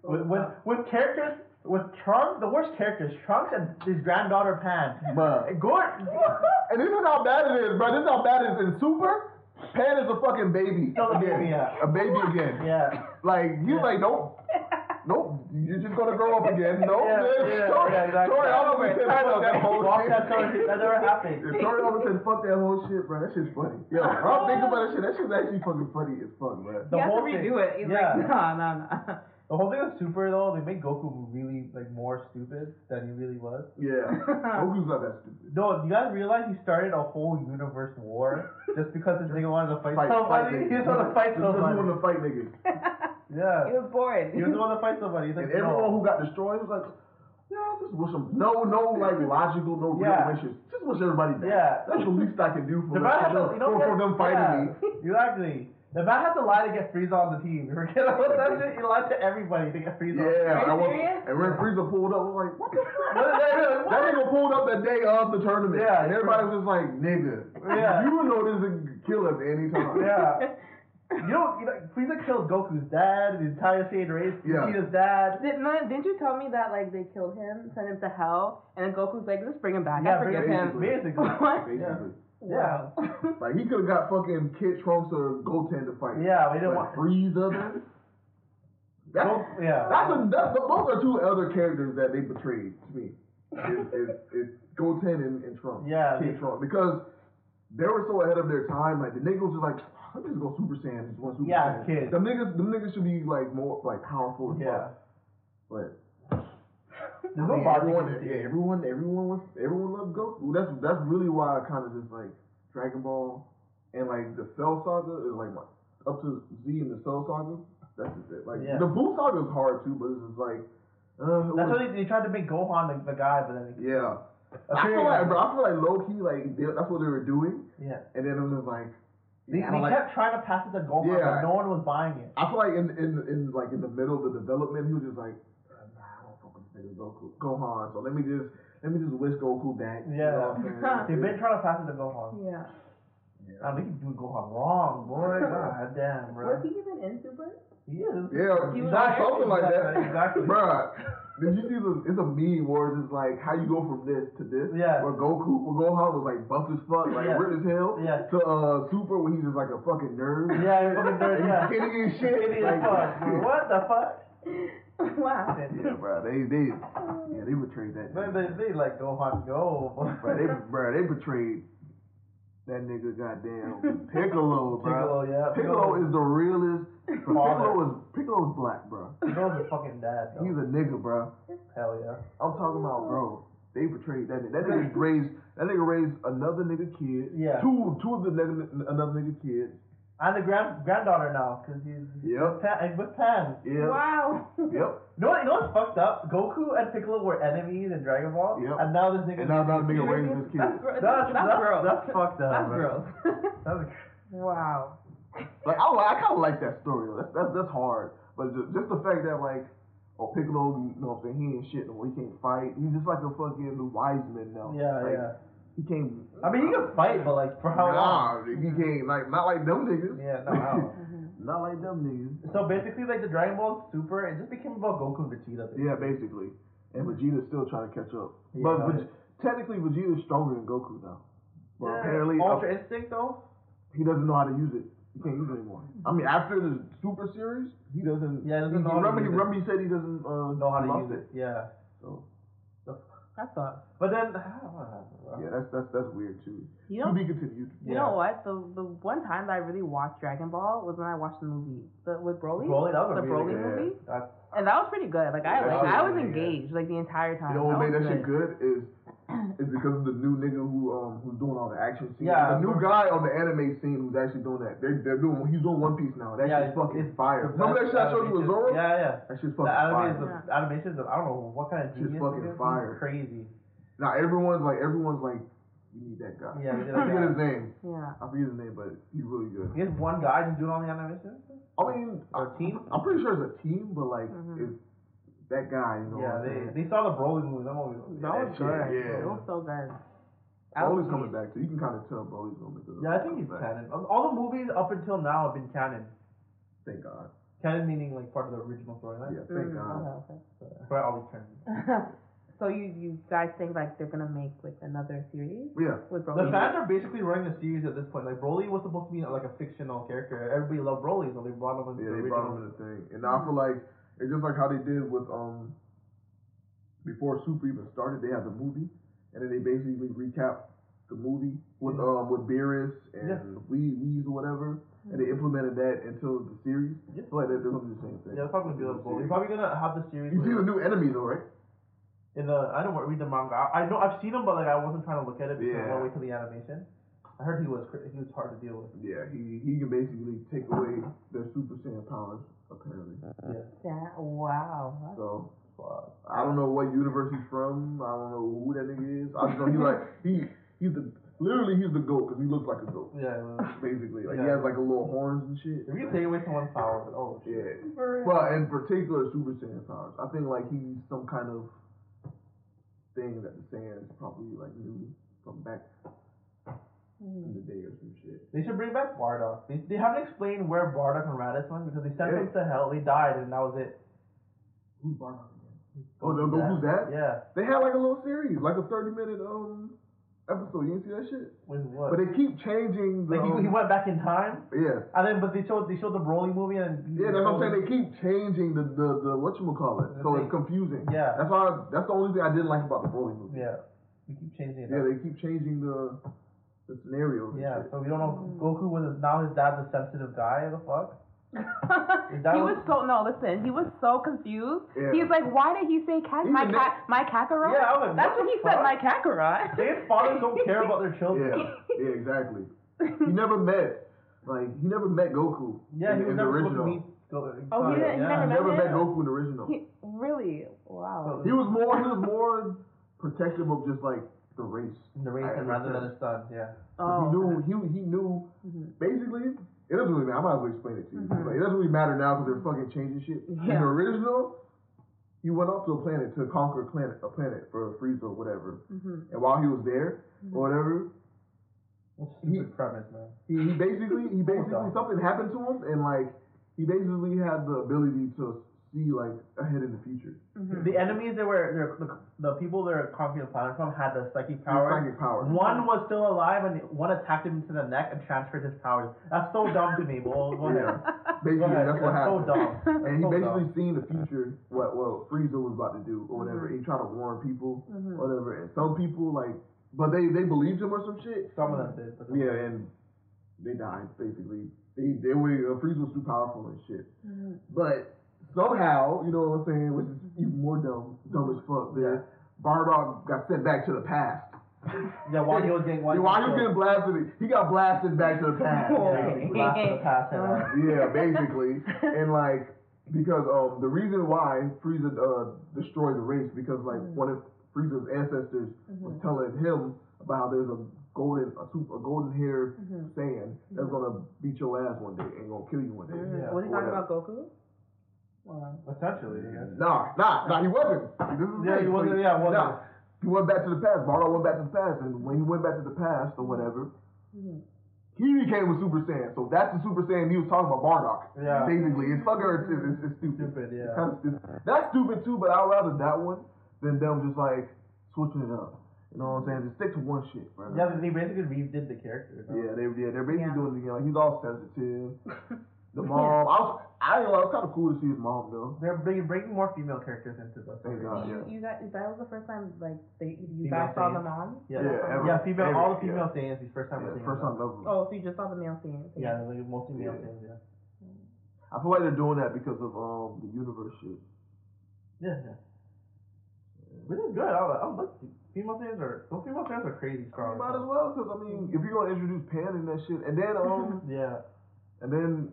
Speaker 3: With with, with characters. With Trunks, the worst characters, Trunks and his granddaughter Pan.
Speaker 2: Bruh.
Speaker 3: Gord,
Speaker 2: And this is how bad it is, bro. This is how bad it is. In Super, Pan is a fucking baby
Speaker 3: Still a
Speaker 2: again.
Speaker 3: baby, yeah.
Speaker 2: A baby again.
Speaker 3: yeah.
Speaker 2: Like you
Speaker 3: Yeah.
Speaker 2: like nope. Nope, you're just gonna grow up again. Nope,
Speaker 3: Yeah,
Speaker 2: man.
Speaker 3: yeah,
Speaker 2: sorry,
Speaker 3: yeah, exactly.
Speaker 2: sorry, I don't even
Speaker 3: Sorry,
Speaker 2: fuck that
Speaker 3: man.
Speaker 2: whole
Speaker 3: Fuck
Speaker 2: shit.
Speaker 3: that story. That never happened.
Speaker 2: Yeah, Sorry, I said fuck that whole shit, bro. That shit's funny. Yo, I'm thinking about that shit. That shit's actually fucking funny as fuck, man.
Speaker 3: The
Speaker 4: you have to
Speaker 3: whole thing.
Speaker 4: redo it. He's
Speaker 3: Yeah.
Speaker 4: like, nah, nah, nah.
Speaker 3: The whole thing with Super though, they made Goku really like more stupid than he really was.
Speaker 2: Yeah, Goku's not that stupid.
Speaker 3: No, you guys realize he started a whole universe war just because this nigga wanted to fight,
Speaker 2: Fight, fight
Speaker 3: somebody.
Speaker 2: niggas.
Speaker 3: he just wanted to fight
Speaker 2: Just 'cause he
Speaker 3: somebody.
Speaker 2: wanted to fight niggas.
Speaker 4: He
Speaker 3: Yeah,
Speaker 4: was bored.
Speaker 3: he was the one to fight somebody. He's
Speaker 2: And
Speaker 3: like,
Speaker 2: everyone
Speaker 3: no.
Speaker 2: who got destroyed was like, yeah, I just wish them no, no, like logical, no real
Speaker 3: Yeah.
Speaker 2: wishes. Just wish everybody back.
Speaker 3: Yeah.
Speaker 2: That's the least I can do for them,
Speaker 3: The man
Speaker 2: for
Speaker 3: had to,
Speaker 2: them,
Speaker 3: you know,
Speaker 2: for, for them fighting
Speaker 3: yeah,
Speaker 2: me.
Speaker 3: Exactly. The man had to lie to get Frieza on the team. You forget about that shit. He lied to everybody to get Frieza. on the
Speaker 2: Yeah,
Speaker 3: team.
Speaker 4: Are
Speaker 2: I
Speaker 4: you
Speaker 2: was,
Speaker 4: serious?
Speaker 2: and when Frieza pulled up, I was like, what the fuck?
Speaker 3: What did they really-
Speaker 2: That nigga pulled up the day of the tournament.
Speaker 3: Yeah.
Speaker 2: and everybody was just like, nigga,
Speaker 3: Yeah.
Speaker 2: you know this nigga can kill us any time.
Speaker 3: Yeah. You know, you know, Frieza killed Goku's dad, the entire Saiyan race,
Speaker 2: Yeah.
Speaker 3: Vegeta's dad.
Speaker 4: Did, no, didn't you tell me that like they killed him, sent him to hell, and then Goku's like, just bring him back. I forgive him.
Speaker 2: basically.
Speaker 3: Basically.
Speaker 4: What?
Speaker 2: Basically.
Speaker 3: Yeah.
Speaker 2: Like, he could have got fucking Kid Trunks or Goten to fight.
Speaker 3: Yeah, we didn't
Speaker 2: But
Speaker 3: want.
Speaker 2: Frieza, man? That's,
Speaker 3: Go, yeah.
Speaker 2: That's a, that's those are two other characters that they betrayed to me. Is is, is Goten and, and Trump.
Speaker 3: Yeah,
Speaker 2: King
Speaker 3: they-
Speaker 2: Trump. Because they were so ahead of their time. Like the niggas was just like, I'm just gonna Super Saiyan, just one Super
Speaker 3: Yeah,
Speaker 2: Saiyan.
Speaker 3: kid.
Speaker 2: Them niggas, them niggas should be like more like powerful. As
Speaker 3: Yeah.
Speaker 2: Fuck.
Speaker 3: There's
Speaker 2: But I
Speaker 3: no
Speaker 2: mean,
Speaker 3: logic
Speaker 2: everyone,
Speaker 3: in it.
Speaker 2: yeah, everyone, everyone was, everyone loved Goku. That's that's really why I kind of just like Dragon Ball and like the Cell Saga is like my up to Z and the Cell Saga. That's just it. Like
Speaker 3: Yeah.
Speaker 2: the Boo Saga is hard too, but it's just like. Uh, it
Speaker 3: That's
Speaker 2: was-
Speaker 3: why they, they tried to make Gohan the, the guy, but then.
Speaker 2: yeah. I feel like, bro, I feel like low key, like they, that's what they were doing,
Speaker 3: Yeah.
Speaker 2: and then it was just like,
Speaker 3: They,
Speaker 2: I don't
Speaker 3: they
Speaker 2: like-
Speaker 3: kept trying to pass it to Gohan,
Speaker 2: Yeah.
Speaker 3: but no one was buying it.
Speaker 2: I feel like in in in like in the middle of the development, he was just like, nah, I don't fucking think Goku, Gohan, so let me just let me just wish Goku back. You
Speaker 3: Yeah.
Speaker 2: know what I'm saying?
Speaker 3: They've been trying to pass it to Gohan.
Speaker 4: Yeah.
Speaker 3: Now they keep doing Gohan wrong, boy. God damn,
Speaker 4: Was
Speaker 3: bro.
Speaker 4: he even in Super?
Speaker 3: He is.
Speaker 2: yeah,
Speaker 4: He was
Speaker 2: not
Speaker 4: like-
Speaker 2: something like that,
Speaker 3: Exactly.
Speaker 2: Bruh, Did you see the? It's a meme where it's just like how you go from this to this.
Speaker 3: Yeah.
Speaker 2: Where Goku, where Gohan was like buff as fuck, like
Speaker 3: Yeah.
Speaker 2: ripped as hell.
Speaker 3: Yeah.
Speaker 2: To uh, Super, where he's just like a fucking nerd.
Speaker 3: Yeah, he's fucking nerd, yeah.
Speaker 2: He's skinny as shit.
Speaker 3: Idiot
Speaker 2: like,
Speaker 3: fuck, bro. What the fuck?
Speaker 4: wow.
Speaker 2: Yeah, bro. They they yeah they betrayed that.
Speaker 3: But
Speaker 2: nigga.
Speaker 3: they, they like go hot go.
Speaker 2: Bro, they bro they betrayed that nigga. Goddamn Piccolo, bro.
Speaker 3: Piccolo, yeah.
Speaker 2: Piccolo is the realest. Piccolo
Speaker 3: Father.
Speaker 2: is Piccolo's black, bro.
Speaker 3: Piccolo's a fucking dad.
Speaker 2: He's
Speaker 3: He's
Speaker 2: a nigga, bro.
Speaker 3: hell yeah.
Speaker 2: I'm talking about, bro. They betrayed that nigga. That nigga raised that nigga raised another nigga kid.
Speaker 3: Yeah.
Speaker 2: Two two of the nigga another nigga kids.
Speaker 3: And the grand granddaughter now, cause he's
Speaker 2: Yep.
Speaker 3: with Pan. He's with Pan.
Speaker 2: Yeah.
Speaker 4: Wow.
Speaker 2: Yep.
Speaker 3: You know what? You know what's fucked up? Goku and Piccolo were enemies in Dragon Ball.
Speaker 2: Yep.
Speaker 3: And now this nigga.
Speaker 2: And now that nigga raised this kid.
Speaker 4: That's, gro-
Speaker 3: That's-
Speaker 4: that's,
Speaker 3: that's-
Speaker 4: gross.
Speaker 5: That's fucked up.
Speaker 4: That's
Speaker 5: bro.
Speaker 4: gross.
Speaker 3: That's a-
Speaker 4: wow.
Speaker 2: Like I, li- I kind of like that story. though. That's that's that's hard. But ju- just the fact that like, oh Piccolo, you know, what I'm saying he ain't shit no more. He can't fight. He's just like a fucking wise man now.
Speaker 3: yeah,
Speaker 2: like,
Speaker 3: yeah.
Speaker 2: He can't.
Speaker 3: I mean, he can fight, but like for how long?
Speaker 2: nah, he can't. Like not like them niggas.
Speaker 3: Yeah, no, no.
Speaker 2: not like them niggas.
Speaker 3: So basically, like the Dragon Ball Super, it just became about Goku and Vegeta.
Speaker 2: Yeah, basically. And Vegeta's still trying to catch up.
Speaker 3: Yeah,
Speaker 2: but
Speaker 3: no,
Speaker 2: Veg- technically, Vegeta's stronger than Goku now. But
Speaker 3: Yeah.
Speaker 2: apparently,
Speaker 3: Ultra
Speaker 2: uh,
Speaker 3: Instinct though.
Speaker 2: he doesn't know how to use it. He can't use it anymore. I mean, after the Super Series, he doesn't.
Speaker 3: Yeah, he
Speaker 2: he,
Speaker 3: doesn't know how to
Speaker 2: remember, he,
Speaker 3: use it.
Speaker 2: remember he said he doesn't uh,
Speaker 3: Know how
Speaker 2: he
Speaker 3: to
Speaker 2: lost
Speaker 3: use it. Yeah.
Speaker 2: So
Speaker 4: I thought.
Speaker 3: But then,
Speaker 2: yeah, that's that's that's weird too.
Speaker 4: You
Speaker 2: To
Speaker 4: know,
Speaker 2: be continued.
Speaker 4: you know what? The the one time that I really watched Dragon Ball was when I watched the movie the, with Broly.
Speaker 3: Broly, that was a
Speaker 4: the
Speaker 3: really
Speaker 4: Broly
Speaker 2: good-
Speaker 4: movie,
Speaker 3: That's,
Speaker 4: and that was pretty good. Like
Speaker 2: Yeah,
Speaker 4: I like
Speaker 2: that
Speaker 4: I
Speaker 2: was
Speaker 4: was
Speaker 2: really good.
Speaker 4: engaged like the entire time.
Speaker 2: You know what
Speaker 4: That
Speaker 2: made that
Speaker 4: was
Speaker 2: shit
Speaker 4: good.
Speaker 2: good is is because of the new nigga who um who's doing all the action scenes.
Speaker 3: Yeah,
Speaker 2: the new
Speaker 3: remember-
Speaker 2: guy on the anime scene who's actually doing that. They're, they're doing he's doing One Piece now. That
Speaker 3: yeah,
Speaker 2: shit's fucking
Speaker 3: it's
Speaker 2: fire.
Speaker 3: the
Speaker 2: Remember that
Speaker 3: best
Speaker 2: shit I showed you with Zoro?
Speaker 3: animation. Yeah, yeah.
Speaker 2: That shit's
Speaker 3: The
Speaker 2: fucking fire.
Speaker 3: anime is the animations of I don't know what kind of
Speaker 2: Shit's
Speaker 3: genius. it
Speaker 2: fucking
Speaker 3: is. It's
Speaker 2: fire.
Speaker 3: Crazy.
Speaker 2: Now everyone's like everyone's like, you need that guy.
Speaker 3: Yeah, we did
Speaker 2: I forget
Speaker 3: that.
Speaker 2: his name.
Speaker 4: Yeah.
Speaker 2: I forget his name, but he's really good.
Speaker 3: He has one guy just doing all the animations.
Speaker 2: I mean, I-
Speaker 3: Or team?
Speaker 2: I'm pretty sure it's a team, but like
Speaker 4: Mhm.
Speaker 2: it's that guy. You know
Speaker 3: Yeah,
Speaker 2: what I'm saying?
Speaker 3: they, they saw the Broly movie. That movie. was-
Speaker 4: That was
Speaker 2: shit,
Speaker 4: good.
Speaker 2: yeah.
Speaker 4: It was so good. I was
Speaker 2: Broly's coming
Speaker 4: pleased.
Speaker 2: back too. You can kind of tell Broly's gonna make it.
Speaker 3: Yeah, I think he's canon. All the movies up until now have been canon.
Speaker 2: Thank God.
Speaker 3: Canon meaning like part of the original storyline.
Speaker 2: Yeah, thank
Speaker 4: Mm,
Speaker 2: God.
Speaker 4: okay, okay.
Speaker 3: For all eternity.
Speaker 4: so you you guys think like they're gonna make like another series
Speaker 2: Yeah,
Speaker 4: with
Speaker 3: The
Speaker 2: Mm-hmm.
Speaker 4: Broly?
Speaker 3: fans are basically running the series at this point. Like Broly was supposed to be like a fictional character. Everybody loved Broly, so they brought him into
Speaker 2: yeah,
Speaker 3: the
Speaker 2: they
Speaker 3: original.
Speaker 2: brought him in the thing, and I feel like it's just like how they did with um before Super even started, they had the movie, and then they basically recap the movie with
Speaker 3: Yeah.
Speaker 2: um with Beerus and
Speaker 3: Mm-hmm. Yeah. Mm-hmm.
Speaker 2: Wee Weeze or whatever, and they implemented that into the series.
Speaker 3: Yeah.
Speaker 2: So like they're doing the same thing.
Speaker 3: yeah, it's probably gonna be like Broly.
Speaker 2: Series.
Speaker 3: We're probably gonna have the series
Speaker 2: You see the new enemy though, right?
Speaker 3: in the. I don't read the manga. I, I know I've seen him, but like I wasn't trying to look at it because I
Speaker 2: Yeah.
Speaker 3: want to wait till the animation. I heard he was cr- he was hard to deal with.
Speaker 2: Yeah, he he can basically take away their Super Saiyan powers apparently.
Speaker 4: Yeah. Wow.
Speaker 2: So uh,
Speaker 3: Fuck.
Speaker 2: I don't know what universe he's from. I don't know who that nigga is. I just know he like he he's the literally he's the goat because he looks like a goat.
Speaker 3: Yeah. it was-
Speaker 2: basically. Like he
Speaker 3: Yeah.
Speaker 2: has like a little horns and shit.
Speaker 3: If you take away someone's power, but oh shit.
Speaker 2: Yeah.
Speaker 4: For real.
Speaker 2: But in particular, Super Saiyan powers. I think like he's some kind of thing that the Saiyans probably like knew from back in
Speaker 4: Hmm.
Speaker 2: the day or some shit.
Speaker 3: They should bring back Bardock. They, they haven't explained where Bardock and Raditz went because they sent
Speaker 2: Yeah.
Speaker 3: them to hell. They died and that was it.
Speaker 2: Who's Bardock again? Oh, the Goku's dad?
Speaker 3: Yeah.
Speaker 2: They had like a little series, like a thirty minute um episode. You didn't see that shit?
Speaker 3: With
Speaker 2: But
Speaker 3: what?
Speaker 2: they keep changing the
Speaker 3: like he, he
Speaker 2: um,
Speaker 3: went back in time.
Speaker 2: yeah.
Speaker 3: And then, but they showed they showed the Broly movie and he-
Speaker 2: Yeah, that's what I'm saying. They keep changing the the, the what you call it, so it's confusing.
Speaker 3: Yeah.
Speaker 2: that's why. that's the only thing I didn't like about the Broly movie.
Speaker 3: yeah, we keep changing it.
Speaker 2: Yeah,
Speaker 3: up.
Speaker 2: they keep changing the the scenarios. and
Speaker 3: yeah.
Speaker 2: shit.
Speaker 3: So we don't
Speaker 4: Mm.
Speaker 3: know. Goku was now his dad's a sensitive guy. The fuck? that
Speaker 4: he
Speaker 3: what-
Speaker 4: was so no. Listen, he was so confused.
Speaker 2: Yeah.
Speaker 4: He's like, why did he say cat?
Speaker 2: He's
Speaker 4: My
Speaker 2: a
Speaker 4: cat, my Kakarot.
Speaker 3: Yeah, I was like, what
Speaker 4: That's what
Speaker 3: the
Speaker 4: he
Speaker 3: fuck?
Speaker 4: said. My Kakarot.
Speaker 3: Their fathers don't care about their children.
Speaker 2: Yeah, yeah, exactly. He never met like he never met Goku.
Speaker 3: Yeah,
Speaker 2: in,
Speaker 3: he
Speaker 2: in
Speaker 3: was
Speaker 2: the
Speaker 3: never
Speaker 2: original.
Speaker 3: supposed to meet. Go- uh,
Speaker 4: Oh, he didn't- he
Speaker 2: He
Speaker 3: yeah.
Speaker 4: never
Speaker 2: never
Speaker 4: met
Speaker 2: met
Speaker 4: him?
Speaker 2: Goku in the original.
Speaker 4: He- really? Wow.
Speaker 2: He was more he was more protective of just like the race.
Speaker 3: In the race
Speaker 2: I
Speaker 3: and rather than
Speaker 2: understand.
Speaker 3: his son. Yeah.
Speaker 4: Oh.
Speaker 2: He knew he he knew
Speaker 4: Mhm.
Speaker 2: basically. It doesn't really matter. I might as well explain it to you. Like, it doesn't really matter now because they're fucking changing shit. In
Speaker 4: Mm-hmm. Yeah.
Speaker 2: the original, he went off to a planet to conquer a planet, a planet for Frieza or whatever.
Speaker 4: Mhm.
Speaker 2: And while he was there
Speaker 4: Mm-hmm.
Speaker 2: or whatever,
Speaker 3: That's stupid premise, man.
Speaker 2: He, he basically, he basically
Speaker 3: God.
Speaker 2: something happened to him, and like he basically had the ability to see like ahead in the future.
Speaker 4: Mm-hmm.
Speaker 3: The enemies that were they're, the, the people that are conquering the planet from had the psychic power.
Speaker 2: Psychic power.
Speaker 3: One was still alive and one attacked him to the neck and transferred his powers. That's so dumb to me. Well, whatever.
Speaker 2: Basically,
Speaker 3: Yeah,
Speaker 2: that's what
Speaker 3: that's so
Speaker 2: happened.
Speaker 3: dumb.
Speaker 2: And he
Speaker 3: so
Speaker 2: basically
Speaker 3: dumb.
Speaker 2: seen the future, what well Frieza was about to do or whatever.
Speaker 3: Mm-hmm.
Speaker 2: He tried to warn people,
Speaker 4: Mhm.
Speaker 2: whatever. And some people like, but they they believed him or some shit.
Speaker 3: Some of them did. But
Speaker 2: Yeah, and they died basically. They they were uh, Frieza was too powerful and shit.
Speaker 4: Mhm.
Speaker 3: Mm-hmm.
Speaker 2: But somehow, you know what I'm saying, which is even more dumb, dumb as fuck. There, Bardock got sent back to the past.
Speaker 3: Yeah, while he was getting
Speaker 2: Why
Speaker 3: while
Speaker 2: you was
Speaker 3: he was
Speaker 2: getting blasted? He got blasted back to the past.
Speaker 3: Yeah,
Speaker 2: basically.
Speaker 3: blast in the past and uh, out.
Speaker 2: Yeah, basically. and like because um the reason why Frieza uh destroyed the race because like
Speaker 4: Mm-hmm.
Speaker 2: one of Frieza's ancestors was telling him about how there's a golden a, super, a golden hair
Speaker 4: Mm-hmm.
Speaker 2: sand that's gonna beat your ass one day and gonna kill you one day.
Speaker 3: Yeah,
Speaker 4: Mm-hmm. what are you talking
Speaker 2: whatever.
Speaker 4: about, Goku? Or-
Speaker 3: Essentially, I guess.
Speaker 2: Nah, nah, nah, he wasn't. This is the
Speaker 3: Yeah,
Speaker 2: thing.
Speaker 3: he wasn't- yeah, he wasn't.
Speaker 2: Nah, he went back to the past. Bardock went back to the past, and when he went back to the past or whatever,
Speaker 4: Mhm.
Speaker 2: he became a Super Saiyan. So that's the Super Saiyan he was talking about, Bardock.
Speaker 3: Yeah.
Speaker 2: Basically, it's fucking it's, it's, it's stupid.
Speaker 3: Stupid,
Speaker 2: It's
Speaker 3: yeah.
Speaker 2: kind of stupid. That's stupid too, but I'd rather that one than them just like switching it up. You know what I'm saying? Just stick to one shit, bro.
Speaker 3: Yeah, but they basically redid the character. though.
Speaker 2: Yeah, they yeah, they're basically
Speaker 4: Yeah.
Speaker 2: doing it again. Like he's all sensitive. the mom, I was I don't know, it was kind of cool to see his mom though.
Speaker 3: They're bringing, bringing more female characters into the
Speaker 2: Thank God.
Speaker 4: you,
Speaker 2: Uh, yeah.
Speaker 4: you guys, that was the first time like they,
Speaker 3: Female
Speaker 4: you guys saw
Speaker 3: Saiyans.
Speaker 4: them on.
Speaker 2: Yeah,
Speaker 3: Yeah, yeah,
Speaker 2: every-
Speaker 3: female, all the
Speaker 2: every-
Speaker 3: female Saiyans, we first time
Speaker 2: Yeah,
Speaker 3: we're seeing
Speaker 2: first
Speaker 3: them.
Speaker 2: time ever.
Speaker 4: Oh, so you just saw the male scenes.
Speaker 3: Yeah, like mostly male
Speaker 2: Yeah.
Speaker 3: Saiyans, yeah.
Speaker 2: I feel like they're doing that because of um the universe shit.
Speaker 3: Yeah, yeah. This is good. I, I like female Saiyans are those female Saiyans are crazy strong.
Speaker 2: Might as well, because I mean, if you're gonna introduce Pan in that shit, and then um
Speaker 3: Yeah,
Speaker 2: And then,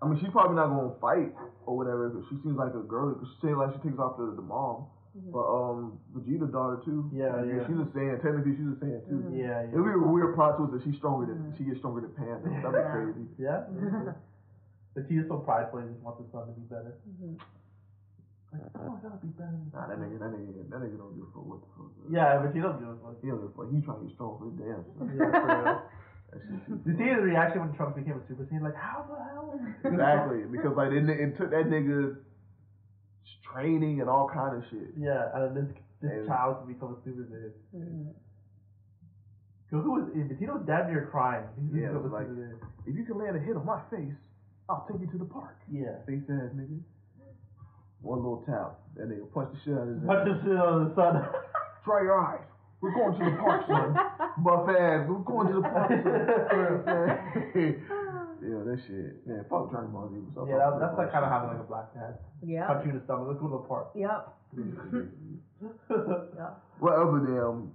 Speaker 2: I mean, she's probably not gonna fight or whatever. Cause she seems like a girly. Cause she seems like she takes after the mom. But um, Vegeta's daughter too.
Speaker 3: Mm-hmm. Yeah, yeah. Mm-hmm.
Speaker 2: She's a Saiyan. Technically, she's a Saiyan too.
Speaker 3: yeah,
Speaker 2: It'd be
Speaker 3: yeah.
Speaker 2: a weird plot twist that she's stronger than she gets stronger than Pan. though. That'd be crazy.
Speaker 3: Mm-hmm. Yeah. But she's so prideful. He just wants his son to be better.
Speaker 4: Mm-hmm.
Speaker 3: Like, oh, I gotta be better. than
Speaker 2: Nah, that nigga, that nigga, that nigga don't give a fuck what the fuck.
Speaker 3: you." Yeah, but she don't give a fuck.
Speaker 2: He don't give a fuck. He trying to get strong for his damn self.
Speaker 3: Yeah, for real.
Speaker 2: That shit too.
Speaker 3: Did you see his reaction when Trump became a Super Saiyan? Like, how the hell?
Speaker 2: exactly because like it, it took that nigga training and all kind of shit.
Speaker 3: Yeah, and then this
Speaker 2: And-
Speaker 3: this child can become a Super Saiyan.
Speaker 4: Mhm.
Speaker 3: Goku was eh, Vegeta was damn near crying. He's
Speaker 2: Yeah, it
Speaker 3: become
Speaker 2: was
Speaker 3: a
Speaker 2: like-
Speaker 3: Super Saiyan.
Speaker 2: If you can land a hit on my face, I'll take you to the park.
Speaker 3: yeah.
Speaker 2: Face ass nigga. One little tap. That nigga punched the shit out of his
Speaker 3: Bunch
Speaker 2: ass.
Speaker 3: of shit on uh, the sun.
Speaker 2: Dry your eyes. We're going to the park, son. Buff ass. We're going to the park, son. yeah, that shit. Man, fuck Dragon Ball Z. What's up?
Speaker 3: yeah, that, that's like kind of having like a black dad.
Speaker 4: Yep.
Speaker 3: Punch you in the stomach. Let's go to the park.
Speaker 4: Yep.
Speaker 2: What other damn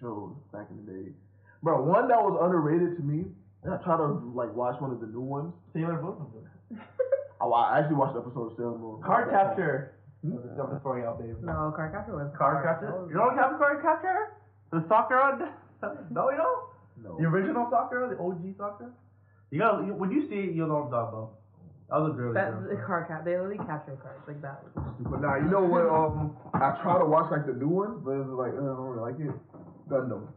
Speaker 2: shows back in the day? Bro, one that was underrated to me, and I tried to like watch one of the new ones.
Speaker 3: Sailor Moon.
Speaker 2: Oh, I actually watched an episode of Sailor Moon.
Speaker 3: Card capture. I'm just throwing out names.
Speaker 4: No, card capture was
Speaker 3: Card Hmm?
Speaker 4: hard.
Speaker 3: capture.
Speaker 4: That was-
Speaker 3: You don't have card capture? The soccer on? no, you don't.
Speaker 2: No.
Speaker 3: The original soccer, the OG soccer.
Speaker 5: You gotta, you, when you see it, you'll know what I'm talking about. That was a girly
Speaker 4: That's the
Speaker 5: girl.
Speaker 4: card cap. They literally capture cards like that.
Speaker 2: But nah, you know what? Um, I try to watch like the new ones, but it's like uh, I don't really like it. Gundam.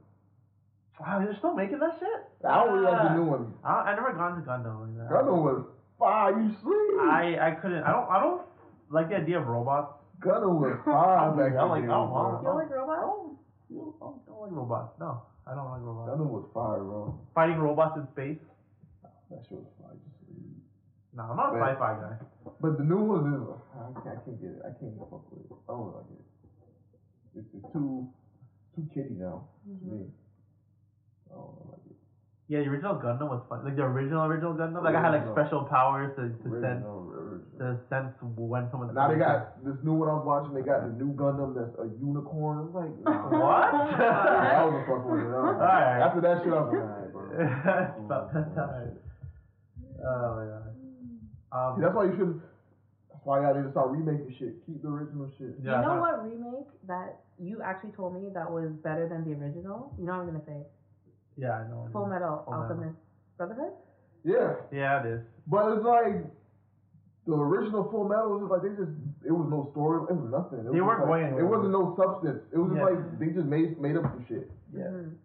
Speaker 3: Wow, they're still making that shit?
Speaker 2: I don't really like the new one.
Speaker 5: I, I never gone to Gundam like that.
Speaker 2: Ah. Gundam was fire. You sleep.
Speaker 5: I, I couldn't. I don't. I don't like the idea of robots.
Speaker 2: Gundam was fire
Speaker 5: I'm
Speaker 2: back in the
Speaker 5: like,
Speaker 2: day,
Speaker 5: oh,
Speaker 2: bro.
Speaker 4: You don't like robots?
Speaker 5: don't, I don't, I don't like robots. No, I don't like robots.
Speaker 2: Gundam was fire, bro.
Speaker 5: Fighting robots in space?
Speaker 2: That shit was fire. Just leave.
Speaker 5: No, I'm not a
Speaker 2: Yeah.
Speaker 5: sci-fi guy.
Speaker 2: But the new ones is I can't, I can't get it. I can't get fuck with it. Oh, I don't like it. It's, it's too too kiddie now to me.
Speaker 4: Mm-hmm.
Speaker 2: I don't like it.
Speaker 5: Yeah, the original Gundam was fun. Like the original original Gundam. Like I had like special
Speaker 2: Original.
Speaker 5: powers to, to sense
Speaker 2: Original, original.
Speaker 5: to sense when someone's.
Speaker 2: Now they got this new one I was watching. They got the new Gundam that's a unicorn. I'm like, nah.
Speaker 5: what?
Speaker 2: I wasn't fucking with it. All
Speaker 5: Alright.
Speaker 2: After that shit, I was like, alright, bro.
Speaker 5: It's about that time. Oh my god.
Speaker 2: See,
Speaker 5: Um,
Speaker 2: that's why you shouldn't. That's why y'all need to start remaking shit. Keep the original shit.
Speaker 5: yeah,
Speaker 4: you know
Speaker 5: no.
Speaker 4: what remake that you actually told me that was better than the original? You know what I'm gonna say?
Speaker 5: Yeah, I know.
Speaker 3: Mm-hmm.
Speaker 4: Full Metal
Speaker 5: Full Metal.
Speaker 4: Alchemist Brotherhood.
Speaker 2: Yeah,
Speaker 5: Yeah, it is.
Speaker 2: but it's like the original Full Metal was just like they just it was no story. It was nothing. It was
Speaker 5: They
Speaker 2: just
Speaker 5: weren't
Speaker 2: like,
Speaker 5: going
Speaker 2: It
Speaker 5: anywhere.
Speaker 2: wasn't no substance. It was just
Speaker 5: Yeah.
Speaker 2: like they just made made up some shit.
Speaker 3: Yeah.
Speaker 4: Mhm.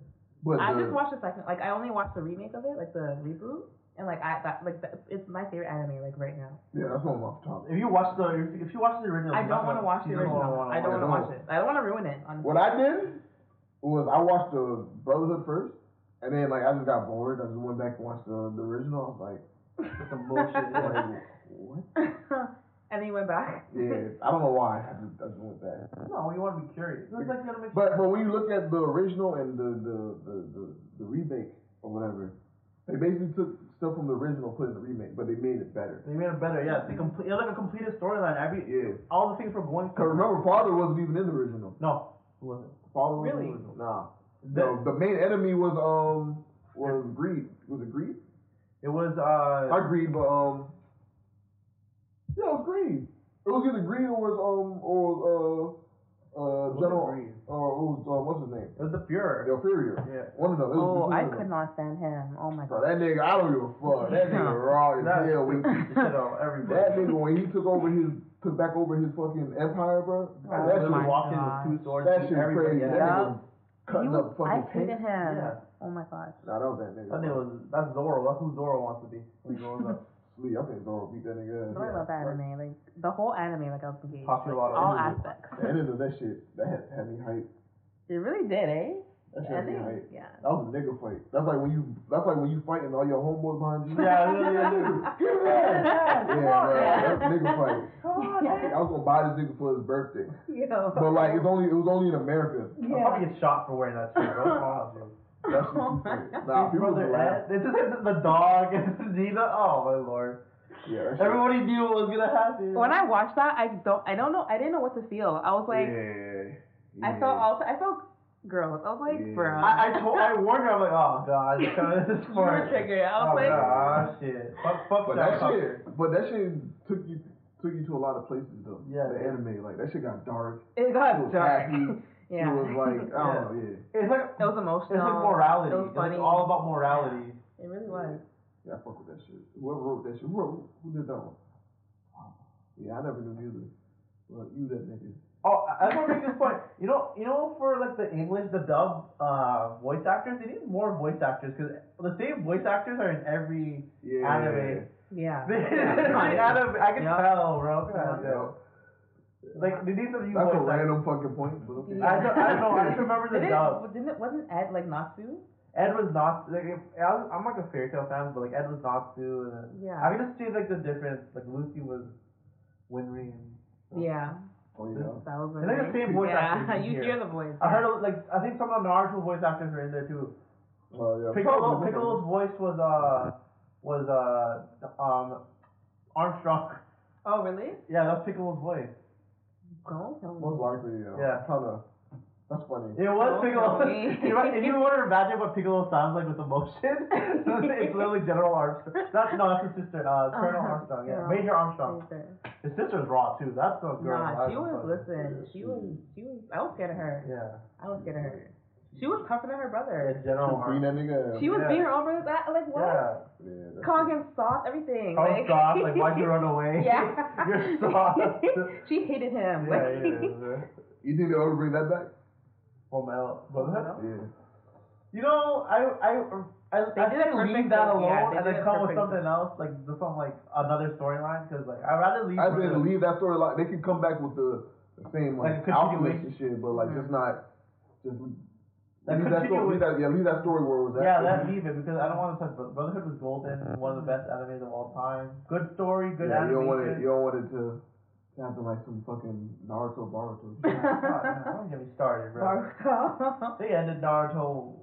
Speaker 2: But
Speaker 4: I
Speaker 2: the,
Speaker 4: just watched the second. Like I only watched the remake of it, like the reboot, and like I that like that, it's my favorite anime like right now.
Speaker 2: yeah, that's what I'm off top.
Speaker 5: If you watch the if, if you watch the original,
Speaker 4: I don't want to watch the
Speaker 5: you don't wanna-
Speaker 4: original.
Speaker 5: wanna
Speaker 4: I don't
Speaker 5: watch
Speaker 4: want to
Speaker 2: it.
Speaker 4: watch it. I don't want to ruin it. Honestly.
Speaker 2: What I did was I watched the Brotherhood first, and then like I just got bored. I just went back and watched the, the original. I was like,
Speaker 3: some bullshit. yeah.
Speaker 2: Like, what?
Speaker 4: and then he went back.
Speaker 2: Yeah, I don't know why. I just, I just went back.
Speaker 3: No, we want to be curious. It's like you gotta make
Speaker 2: But but when you look at the original and the the the, the, the remake or whatever, they basically took stuff from the original, put it in the remake, but they made it better.
Speaker 3: They made it better, yeah. They complete, it was like a completed storyline. Every
Speaker 2: Yeah.
Speaker 3: all the things were going.
Speaker 2: Cause remember, father wasn't even in the original.
Speaker 3: No, it wasn't.
Speaker 2: Father wasn't
Speaker 3: Really?
Speaker 2: in the original. Nah.
Speaker 3: The-
Speaker 2: No, the main enemy was um was greed. Was it greed?
Speaker 3: It was uh.
Speaker 2: Not greed, but um yeah, it was greed. It was either greed or it was um or it was, uh uh
Speaker 3: it
Speaker 2: general
Speaker 3: Greed?
Speaker 2: or it was uh, what's his name?
Speaker 3: It was the Fuhrer.
Speaker 2: The Fuhrer.
Speaker 3: Yeah.
Speaker 2: One of them. It was
Speaker 4: Oh,
Speaker 2: between
Speaker 4: I
Speaker 2: them.
Speaker 4: could not stand him. Oh my
Speaker 2: Bro,
Speaker 4: god.
Speaker 2: that nigga, I don't give a fuck. That nigga raw as
Speaker 3: That-
Speaker 2: hell. When,
Speaker 3: the shit out of everybody.
Speaker 2: that nigga when he took over his took back over his fucking empire, bro.
Speaker 3: I
Speaker 2: that
Speaker 3: literally
Speaker 4: my
Speaker 2: shit,
Speaker 3: walked in
Speaker 4: gosh.
Speaker 3: with two swords.
Speaker 2: that
Speaker 3: beat
Speaker 2: shit
Speaker 3: everybody.
Speaker 2: crazy. That
Speaker 3: Yeah.
Speaker 2: nigga
Speaker 4: Yeah.
Speaker 2: was cutting
Speaker 4: He
Speaker 2: up
Speaker 4: was- I
Speaker 2: fucking
Speaker 4: hated
Speaker 2: tanks.
Speaker 4: him.
Speaker 3: Yeah.
Speaker 4: Oh my gosh.
Speaker 2: Nah, that was that nigga.
Speaker 3: That nigga was that's Zoro. That's who Zoro wants to be. When he grows up.
Speaker 2: Lee, I think Zoro beat that nigga.
Speaker 4: What
Speaker 2: ass.
Speaker 4: about that anime? Like the whole anime, like I was engaged.
Speaker 3: Cost you a lot of
Speaker 4: all
Speaker 3: energy.
Speaker 4: aspects.
Speaker 2: The end of that shit, that had, had me hype.
Speaker 4: It really did, eh?
Speaker 2: That shit
Speaker 4: I
Speaker 2: had me
Speaker 4: think,
Speaker 2: hype.
Speaker 4: yeah.
Speaker 2: That was a nigga fight. That's like when you. That's like when you fighting all your homeboys behind you.
Speaker 3: Yeah, yeah, yeah, yeah.
Speaker 2: Give me that.
Speaker 4: Come
Speaker 2: Yeah,
Speaker 4: on,
Speaker 2: bro.
Speaker 4: man.
Speaker 2: That's nigga fight. I
Speaker 4: Yeah.
Speaker 2: was gonna buy this nigga for his birthday,
Speaker 4: Yo.
Speaker 2: but like it's only it was only in America.
Speaker 3: I'll probably get shot for wearing that shit. What's wrong with you?
Speaker 2: That shit was
Speaker 4: Oh my
Speaker 2: great.
Speaker 4: God.
Speaker 2: Nah, people
Speaker 3: Brother
Speaker 2: were laughing.
Speaker 3: Ed, it's just like the dog and Nina. Oh my lord!
Speaker 2: Yeah, that shit-
Speaker 3: Everybody knew what was gonna happen.
Speaker 4: When I watched that, I don't, I don't know, I didn't know what to feel. I was like,
Speaker 2: yeah,
Speaker 4: I felt also, I felt girls. I was like,
Speaker 2: Yeah.
Speaker 4: bruh.
Speaker 3: I, I told, I warned her. I'm like, oh god, it's coming this
Speaker 4: you
Speaker 3: far.
Speaker 4: were triggered. I was
Speaker 3: Oh,
Speaker 4: like,
Speaker 3: nah, shit. Fuck, fuck
Speaker 2: But that
Speaker 3: fuck.
Speaker 2: shit, but that shit took you took you to a lot of places though.
Speaker 3: Yeah.
Speaker 2: The anime, like that shit got dark.
Speaker 4: it got
Speaker 2: was
Speaker 4: dark.
Speaker 2: happy.
Speaker 4: yeah.
Speaker 2: It was like I don't know. Yeah.
Speaker 3: It's like
Speaker 4: It was
Speaker 3: it's like
Speaker 4: emotional.
Speaker 3: morality.
Speaker 4: It was
Speaker 3: It's
Speaker 4: funny.
Speaker 3: like all about morality.
Speaker 4: It really was.
Speaker 2: Yeah, I fuck with that shit. Whoever wrote that shit, who, who did that one? Yeah, I never knew music. Well, you that nigga.
Speaker 3: Oh, I- I want to make this point. You know, you know, for like the English, the dub uh, voice actors, they need more voice actors because the same voice actors are in every.
Speaker 2: Yeah.
Speaker 3: Anime.
Speaker 4: Yeah.
Speaker 3: every anime. I can
Speaker 4: Yeah.
Speaker 3: tell, bro.
Speaker 2: Yeah.
Speaker 3: Like they need some new
Speaker 2: That's a
Speaker 3: voice actors.
Speaker 2: random fucking point, but okay.
Speaker 3: I don't, I don't know. I just remember
Speaker 4: Did
Speaker 3: the
Speaker 4: it,
Speaker 3: dub.
Speaker 4: didn't it, wasn't Ed like Natsu?
Speaker 3: Ed was not like if, I was, I'm like a fairy tale fan, but like Ed was not too. And then,
Speaker 4: Yeah.
Speaker 3: I can just see like the difference. Like Lucy was Winry and.
Speaker 4: yeah.
Speaker 2: Oh, yeah.
Speaker 4: That was
Speaker 3: And they're the
Speaker 4: amazing.
Speaker 3: same voice
Speaker 4: Yeah,
Speaker 3: actors.
Speaker 4: you
Speaker 3: here. Uh,
Speaker 4: hear the voice.
Speaker 3: I heard a- like I think some of the Naruto voice actors were in there too.
Speaker 2: Oh, yeah.
Speaker 3: Piccolo,
Speaker 2: Probably.
Speaker 3: Piccolo's voice was uh was uh um Armstrong.
Speaker 4: Oh, really?
Speaker 3: Yeah, that's Piccolo's voice.
Speaker 4: Don't tell me.
Speaker 2: Most likely, yeah.
Speaker 3: Yeah.
Speaker 2: Kind of. That's funny.
Speaker 3: It was
Speaker 4: Oh,
Speaker 3: Piccolo.
Speaker 4: okay.
Speaker 3: you want- if you want to imagine what Piccolo sounds like with emotion, it's literally General Armstrong. That's no, that's his sister. Uh, Colonel
Speaker 4: Uh-huh.
Speaker 3: Armstrong. Yeah,
Speaker 4: Yeah.
Speaker 3: Major Armstrong.
Speaker 4: Either.
Speaker 3: His sister's raw too. That's a girl.
Speaker 4: Nah,
Speaker 3: I
Speaker 4: she
Speaker 3: don't
Speaker 4: was.
Speaker 3: fucking-
Speaker 4: Listen, she was. She was. I was scared of her.
Speaker 3: Yeah.
Speaker 4: I was scared of her. She was tougher than her brother.
Speaker 3: Yeah, General
Speaker 2: Should've seen
Speaker 3: Armstrong.
Speaker 2: that nigga.
Speaker 4: She was
Speaker 3: Yeah.
Speaker 4: being her own brother. That like what?
Speaker 3: Oh, Yeah.
Speaker 2: Yeah, that's
Speaker 4: Kong
Speaker 2: it.
Speaker 4: and soft, everything.
Speaker 3: Call him soft. Like why'd you run away?
Speaker 4: Yeah.
Speaker 3: You're soft.
Speaker 4: she hated
Speaker 3: yeah,
Speaker 4: him. like,
Speaker 3: yeah. yeah.
Speaker 2: You think they'll ever bring that back?
Speaker 3: Well, Mel, brother.
Speaker 2: Yeah.
Speaker 3: You know, I I I,
Speaker 4: They
Speaker 3: I
Speaker 4: did
Speaker 3: think
Speaker 4: a perfect
Speaker 3: leave that
Speaker 4: job.
Speaker 3: alone
Speaker 4: Yeah, they
Speaker 3: and
Speaker 4: did
Speaker 3: then
Speaker 4: a
Speaker 3: come with
Speaker 4: perfect
Speaker 3: something else, like do something like another storyline, because like I'd rather leave.
Speaker 2: I
Speaker 3: with
Speaker 2: think
Speaker 3: a-
Speaker 2: leave that storyline. They can come back with the, the same like,
Speaker 3: Like a
Speaker 2: alchemist
Speaker 3: continuation.
Speaker 2: and shit, but like just not just
Speaker 3: Like
Speaker 2: leave that story. Leave that, yeah, leave that story where it was at.
Speaker 3: Yeah, let leave it because I don't want to touch. Bro- Brotherhood was golden, one of the best animes of all time. Good story, good
Speaker 2: Yeah, you don't want it.
Speaker 3: animation.
Speaker 2: You don't want it to happen like some fucking Naruto Boruto. shit.
Speaker 3: God, man, don't get me started, bro.
Speaker 4: Naruto.
Speaker 3: They ended Naruto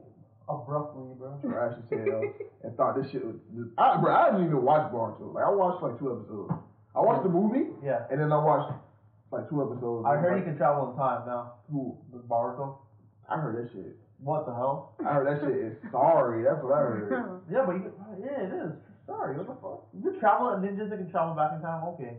Speaker 3: abruptly, bro.
Speaker 2: Trash as hell, and thought this shit was. Just, I, bro, I didn't even watch Boruto. Like I watched like two episodes. I watched the movie
Speaker 3: Yeah,
Speaker 2: and then I watched like two episodes.
Speaker 3: I heard he
Speaker 2: like,
Speaker 3: can travel in time now.
Speaker 2: Who?
Speaker 3: With Naruto.
Speaker 2: I heard that shit.
Speaker 3: What the hell?
Speaker 2: I heard that shit is sorry. That's what I heard.
Speaker 3: Yeah, but you, yeah, it is. Sorry, what the fuck? You can travel and ninjas that can travel back in time. Okay.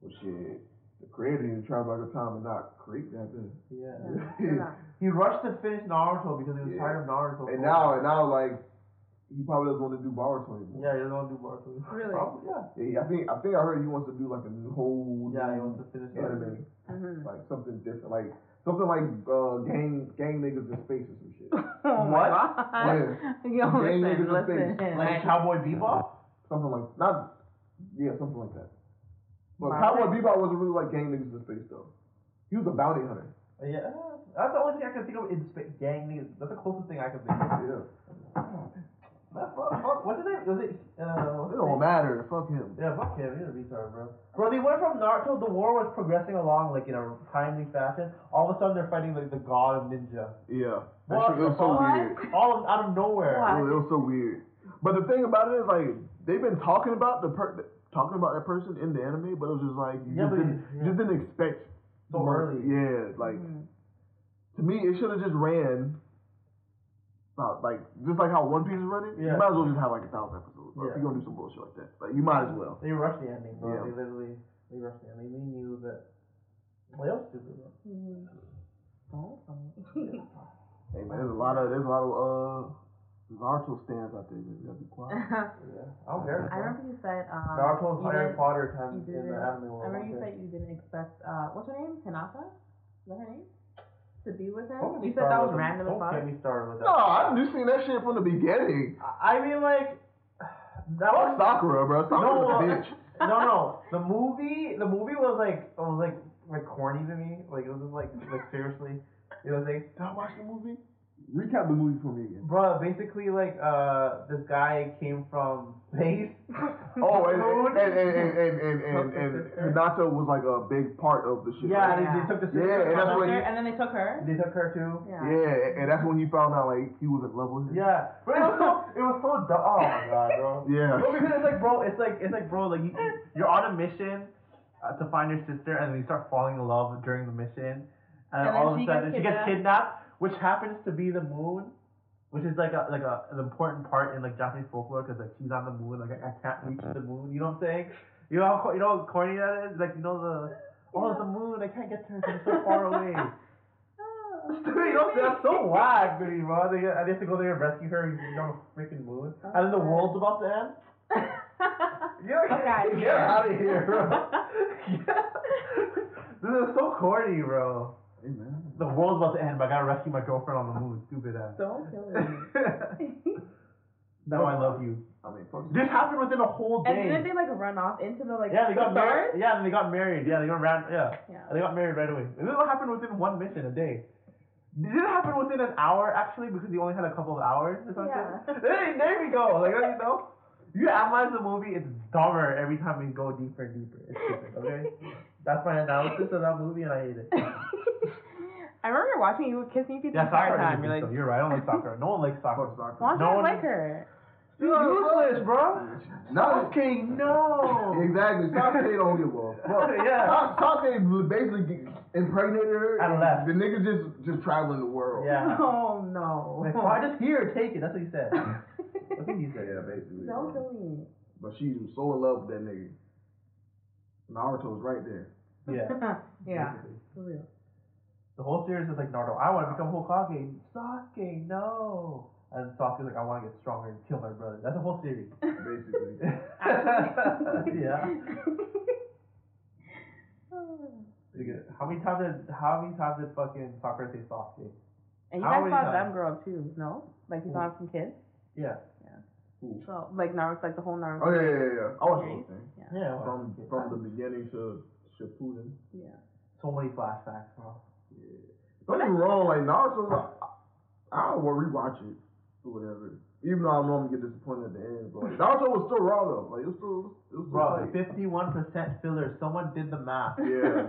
Speaker 2: Well, shit. The creator didn't try back in time and not create that thing.
Speaker 3: Yeah.
Speaker 4: Yeah.
Speaker 3: He rushed to finish Naruto because he was
Speaker 2: Yeah.
Speaker 3: tired of Naruto.
Speaker 2: and now, and now, like he probably doesn't want to do Boruto anymore.
Speaker 3: yeah, he doesn't want to do Boruto.
Speaker 4: Really?
Speaker 3: Probably, yeah.
Speaker 2: Yeah, I think I think I heard he wants to do like a new- whole
Speaker 3: Yeah, he
Speaker 2: new
Speaker 3: wants to finish
Speaker 2: anime,
Speaker 4: Mhm.
Speaker 2: like something different, like something like uh, gang gang niggas in space or some shit.
Speaker 4: Oh my
Speaker 3: What?
Speaker 4: God. Yo,
Speaker 2: Gang niggas
Speaker 4: listen,
Speaker 2: in
Speaker 4: listen.
Speaker 2: space.
Speaker 3: Like Cowboy Bebop.
Speaker 2: something like not yeah, something like that. But
Speaker 4: Wow.
Speaker 2: Cowboy Bebop wasn't really like gang niggas in space though. He was a bounty hunter.
Speaker 3: Yeah, that's the only thing I can think of in sp- gang niggas. That's the closest thing I can think of.
Speaker 2: Yeah.
Speaker 3: What, what, what, what's his name? Was it? Uh, what's
Speaker 2: It
Speaker 3: his name?
Speaker 2: don't matter. Fuck him.
Speaker 3: Yeah, fuck him. He's a retard, bro. Bro, they went from Naruto. The war was progressing along like in a timely fashion. All of a sudden, they're fighting like the god of ninja.
Speaker 2: Yeah. That
Speaker 3: What
Speaker 2: shit, it was
Speaker 3: the
Speaker 2: so
Speaker 3: fuck?
Speaker 2: weird.
Speaker 3: All of, out of nowhere.
Speaker 4: Why?
Speaker 2: It was, it was so weird. But the thing about it is, like, they've been talking about the per- talking about that person in the anime, but it was just like you just
Speaker 3: Yeah, but
Speaker 2: didn't
Speaker 3: you-
Speaker 2: you just didn't expect
Speaker 3: So
Speaker 2: much.
Speaker 3: early.
Speaker 2: Yeah, like
Speaker 4: Mhm.
Speaker 2: to me, it should have just ran. About, like just like how One Piece is running, you
Speaker 3: Yeah.
Speaker 2: might as well just have like a thousand episodes. Bro. If
Speaker 3: Yeah.
Speaker 2: you're gonna do some bullshit like that, like you might as well.
Speaker 3: They rushed the ending, bro.
Speaker 2: Yeah.
Speaker 3: They literally they rushed the ending. They knew that. What else did they do?
Speaker 4: Mhm. That's funny.
Speaker 2: Hey man, there's a lot of there's a lot of uh Naruto stands out there. Man. You gotta be quiet.
Speaker 3: Yeah, I don't care.
Speaker 4: I remember you said um,
Speaker 3: Naruto's
Speaker 4: you
Speaker 3: Harry
Speaker 4: didn't-
Speaker 3: Potter time
Speaker 4: you
Speaker 3: in the anime
Speaker 4: didn't- I
Speaker 3: world.
Speaker 4: remember you
Speaker 3: okay.
Speaker 4: said you didn't expect uh, what's her name? Hinata? Is that her name? To be with him?
Speaker 3: Don't get me
Speaker 4: you said that
Speaker 3: started
Speaker 4: was
Speaker 3: with-
Speaker 4: random as
Speaker 3: Don't get
Speaker 4: fuck.
Speaker 3: me started with that.
Speaker 2: no, I knew seen that shit from the beginning.
Speaker 3: I I mean, like that
Speaker 2: Fuck
Speaker 3: was
Speaker 2: Sakura, bro. Sakura's
Speaker 3: No,
Speaker 2: a
Speaker 3: uh,
Speaker 2: bitch.
Speaker 3: no, no. The movie, the movie was like, it was like, like corny to me. Like it was just like, like seriously, you know what I'm saying?
Speaker 2: Did I watch the movie? Recap the movie for me again.
Speaker 3: Bro, basically like, uh, this guy came from space.
Speaker 2: Oh, and
Speaker 3: Moon.
Speaker 2: and and and and, and, and, and Hinata was like a big part of the shit. right?
Speaker 3: yeah, they, they
Speaker 4: Yeah.
Speaker 3: took the
Speaker 2: Yeah,
Speaker 3: sister.
Speaker 2: and that's
Speaker 4: Took
Speaker 2: when
Speaker 4: her,
Speaker 2: you-
Speaker 4: and then they took her?
Speaker 3: they took her too.
Speaker 4: Yeah.
Speaker 2: Yeah, and that's when he found out like he was in love with her.
Speaker 3: Yeah, but it was so, it was so dumb. Oh my god, bro.
Speaker 2: Yeah.
Speaker 3: No, because it's like, bro, it's like,
Speaker 5: It's like, bro, like you, you're on a mission uh, to find your sister, and then you start falling in love during the mission, and,
Speaker 4: And then
Speaker 5: all of a
Speaker 4: she gets
Speaker 5: sudden she gets kidnapped, which happens to be the moon, which is like a like a, an important part in like Japanese folklore because like she's on the moon, like I, I can't reach the moon. You know what I'm saying? You know how co- you know how corny that is? Like you know the oh it's the moon, I can't get to her, 'cause it's so far away.
Speaker 4: Oh,
Speaker 3: Dude, you know, that's so whack, dude, bro. They, I have to go there and rescue her and she's on the freaking moon. And then the world's about to end. You're,
Speaker 4: Fuck outta
Speaker 3: get
Speaker 4: here.
Speaker 3: out of here, bro. this is so corny, bro.
Speaker 2: Hey man.
Speaker 5: The world's about to end, but I gotta rescue my girlfriend on the moon. Stupid ass.
Speaker 4: Don't kill me.
Speaker 5: now I love you.
Speaker 2: I mean, fuck.
Speaker 5: This happened within a whole
Speaker 4: and
Speaker 5: day.
Speaker 4: didn't they like run off into the like
Speaker 5: Yeah, they got
Speaker 4: the
Speaker 5: married.
Speaker 4: forest?
Speaker 5: Yeah, and they got married. Yeah, they got ran. Yeah,
Speaker 4: Yeah.
Speaker 5: And they got married right away. This is what happened within one mission a day. Did it happen within an hour actually? Because you only had a couple of hours or something.
Speaker 4: Yeah.
Speaker 5: Hey, there we go. Like you know, you analyze the movie, it's dumber every time we go deeper and deeper. It's stupid, okay? That's my analysis of that movie, and I hate it.
Speaker 4: I remember watching you kissing people
Speaker 5: Yeah,
Speaker 4: the entire
Speaker 5: soccer.
Speaker 4: time.
Speaker 5: Time,
Speaker 4: You're like,
Speaker 5: You're right. I don't like soccer. No one likes soccer.
Speaker 2: Fuck Sakura.
Speaker 4: why don't
Speaker 5: No
Speaker 4: you
Speaker 5: one-
Speaker 4: like her?
Speaker 5: She's useless, bro.
Speaker 2: Not
Speaker 5: Okay, no.
Speaker 2: exactly. Sasuke don't give a fuck.
Speaker 5: Yeah.
Speaker 2: Sa- Sasuke basically g- impregnated her.
Speaker 3: And left.
Speaker 2: The nigga just just traveling the world.
Speaker 3: Yeah.
Speaker 4: Oh no.
Speaker 3: Like, why just here? Take it. That's what he said. I think he said.
Speaker 2: Yeah, basically.
Speaker 4: Don't
Speaker 2: bro.
Speaker 4: kill me.
Speaker 2: But she was so in love with that nigga. Naruto's right there.
Speaker 3: Yeah.
Speaker 4: yeah.
Speaker 3: basically.
Speaker 4: For real.
Speaker 3: The whole series is like Naruto. I want to become Hokage. Sasuke, no. And Sasuke's like, I want to get stronger and kill my brother. That's the whole series.
Speaker 2: Basically.
Speaker 4: Actually.
Speaker 3: yeah. Like, How many times did how many times did fucking Sakura say Sasuke?
Speaker 4: And you
Speaker 3: How
Speaker 4: guys
Speaker 3: many
Speaker 4: saw
Speaker 3: times?
Speaker 4: them grow up too, no? Like you saw them from kids.
Speaker 3: Yeah.
Speaker 4: So like Naruto, like the whole Naruto.
Speaker 2: Oh yeah, yeah, yeah, yeah. I watched the whole thing.
Speaker 3: Yeah. well,
Speaker 2: From
Speaker 3: okay.
Speaker 2: from the beginning to Shippuden.
Speaker 4: Yeah.
Speaker 3: so many flashbacks, bro.
Speaker 2: Don't get me wrong, like Naruto, I- I will rewatch it or whatever. Even though I know I'm gonna get disappointed at the end, but like, Naruto was still raw though. Like it was still, it was still tight.
Speaker 3: Bro, fifty-one percent filler. Someone did the math.
Speaker 2: Yeah.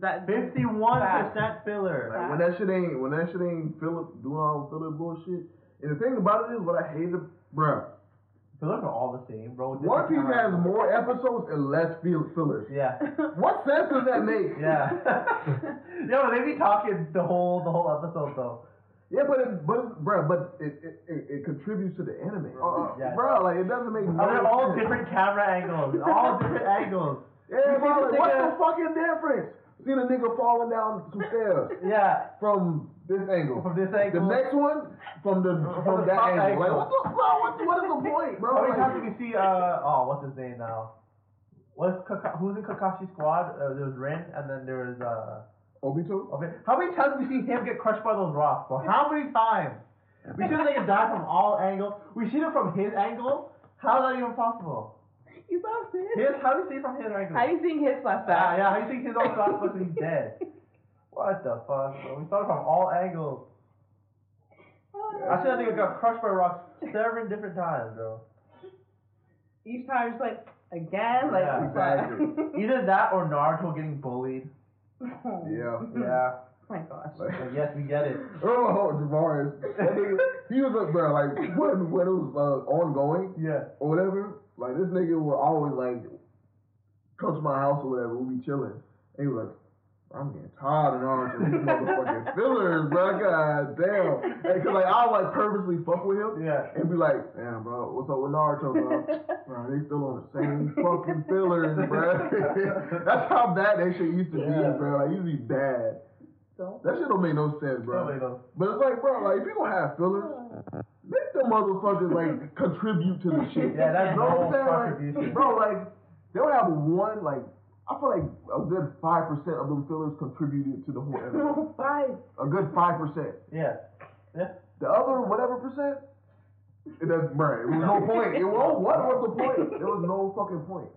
Speaker 4: That
Speaker 3: Fifty-one percent filler.
Speaker 2: Like when that shit ain't when that shit ain't Philip doing all the Philip bullshit. And the thing about it is, what I hated, bruh.
Speaker 3: Fillers are all the same, bro. Just
Speaker 2: One
Speaker 3: the
Speaker 2: Piece has
Speaker 3: time.
Speaker 2: more episodes and less fill- fillers.
Speaker 3: Yeah.
Speaker 2: What sense does that make?
Speaker 3: Yeah. Yo, they be talking the whole the whole episode though.
Speaker 2: Yeah, but it, but it's- bruh, but it, it, it, it contributes to the anime. Uh,
Speaker 3: Yeah.
Speaker 2: Bruh, like it doesn't make.
Speaker 3: Oh, they're
Speaker 2: no
Speaker 3: all
Speaker 2: sense.
Speaker 3: different camera angles. All different angles.
Speaker 2: Yeah,
Speaker 3: You see
Speaker 2: bro,
Speaker 3: the
Speaker 2: like, what's
Speaker 3: nigga-
Speaker 2: the fucking difference? See the nigga falling down some stairs
Speaker 3: Yeah.
Speaker 2: from this angle.
Speaker 3: From this
Speaker 2: The
Speaker 3: angle.
Speaker 2: next one from the
Speaker 3: From
Speaker 2: from
Speaker 3: the
Speaker 2: that angle.
Speaker 3: top
Speaker 2: Like
Speaker 3: angle.
Speaker 2: what the bro? What, what is the point, bro?
Speaker 3: How
Speaker 2: Like,
Speaker 3: many times did we see uh oh what's his name now? What's Kaka- who's in Kakashi squad? Uh, there was Rin and then there was uh
Speaker 2: Obito.
Speaker 3: okay. How many times did we see him get crushed by those rocks? Bro? How many times? We should have like die from all angles. We shoot him from his angle. How is that even possible?
Speaker 4: you saw this.
Speaker 3: His, how do you see it from his angle?
Speaker 4: How you seeing his
Speaker 3: Ah,
Speaker 4: flashback?
Speaker 3: yeah, how do you think his own class looks when he's dead? What the fuck? Bro? We started from all angles.
Speaker 4: Uh,
Speaker 3: I said that nigga got crushed by rocks seven different times, bro.
Speaker 4: Each time, just like again, like
Speaker 3: Yeah,
Speaker 2: exactly.
Speaker 3: Either that or Naruto getting bullied.
Speaker 2: Yeah.
Speaker 3: Yeah.
Speaker 4: Oh my gosh.
Speaker 3: But yes, we get it.
Speaker 2: Oh, Javaris. That nigga, he was like, bro, like, when, when it was uh, ongoing
Speaker 3: Yeah.
Speaker 2: or whatever, like, this nigga would always, like, come to my house or whatever, we'll be chilling. And he was like, I'm getting tired of all these motherfucking fillers, bro. God damn. And 'cause, like, I would, like, purposely fuck with him
Speaker 3: Yeah.
Speaker 2: and be like, damn, bro, what's up with Naruto, bro? Bro, they still on the same fucking fillers, bro. That's how bad that shit used to
Speaker 3: Yeah.
Speaker 2: be, bro. Like, used to be bad.
Speaker 4: Don't.
Speaker 2: That shit don't make no sense, bro.
Speaker 3: Nobody knows.
Speaker 2: But it's like, bro, like if you gonna have fillers, make the motherfuckers like contribute to the shit.
Speaker 3: Yeah, that's
Speaker 2: you know
Speaker 3: no
Speaker 2: what I'm saying?
Speaker 3: contribution.
Speaker 2: Like, bro, like they'll have one like I feel like a good five percent of them fillers contributed to the whole episode.
Speaker 4: Five.
Speaker 2: a good five percent.
Speaker 3: Yeah.
Speaker 2: The other whatever percent, it doesn't, bro. It was no point. It was what was the point? There was no fucking point.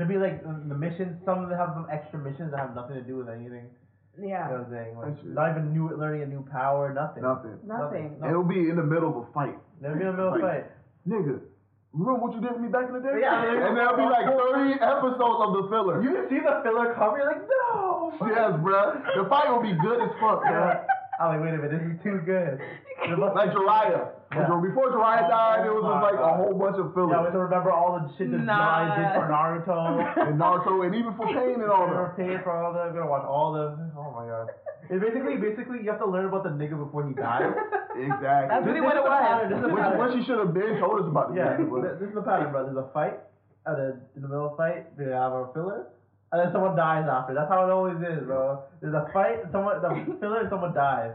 Speaker 3: There'd be like the, the missions. Some of them have some extra missions that have nothing to do with anything. You know
Speaker 4: Yeah.
Speaker 3: what I'm saying?
Speaker 2: That's
Speaker 3: Like,
Speaker 2: it.
Speaker 3: not even new, learning a new power, nothing.
Speaker 2: Nothing.
Speaker 4: Nothing.
Speaker 2: And It'll be in the middle of a fight.
Speaker 3: There'd be a middle
Speaker 2: Like-
Speaker 3: fight.
Speaker 2: Nigga, remember what you did to me back in the day?
Speaker 3: Yeah,
Speaker 2: and
Speaker 3: man.
Speaker 2: there'll be like 30 episodes of the filler.
Speaker 3: You see the filler cover, you're like, no.
Speaker 2: Yes, bruh. The fight will be good as fuck, bruh.
Speaker 3: I'm like, wait a minute, this is too good. There must-
Speaker 2: Like Jiraiya. When Jir- Before Jiraiya died, it was just like a whole bunch of
Speaker 3: Oh Yeah, we
Speaker 2: fillers.
Speaker 3: have to remember all the shit that
Speaker 4: Nah.
Speaker 3: Nai did for Naruto.
Speaker 2: And Naruto, and even for Pain and all
Speaker 3: I'm gonna
Speaker 2: that.
Speaker 3: pay for all the. I'm gonna watch all the. Oh my god. It basically, basically, you have to learn about the nigga before he dies.
Speaker 2: Exactly.
Speaker 4: That's really
Speaker 3: This is
Speaker 4: what it
Speaker 3: the pattern,
Speaker 4: was.
Speaker 3: this is the
Speaker 2: Which,
Speaker 3: pattern.
Speaker 2: what she should have been told us about.
Speaker 3: Yeah,
Speaker 2: this,
Speaker 3: th- this is the pattern, bro. There's a fight, and then in the middle of the fight, they have a filler, and then someone dies after. That's how it always is, bro. There's a fight, someone the filler, and someone dies.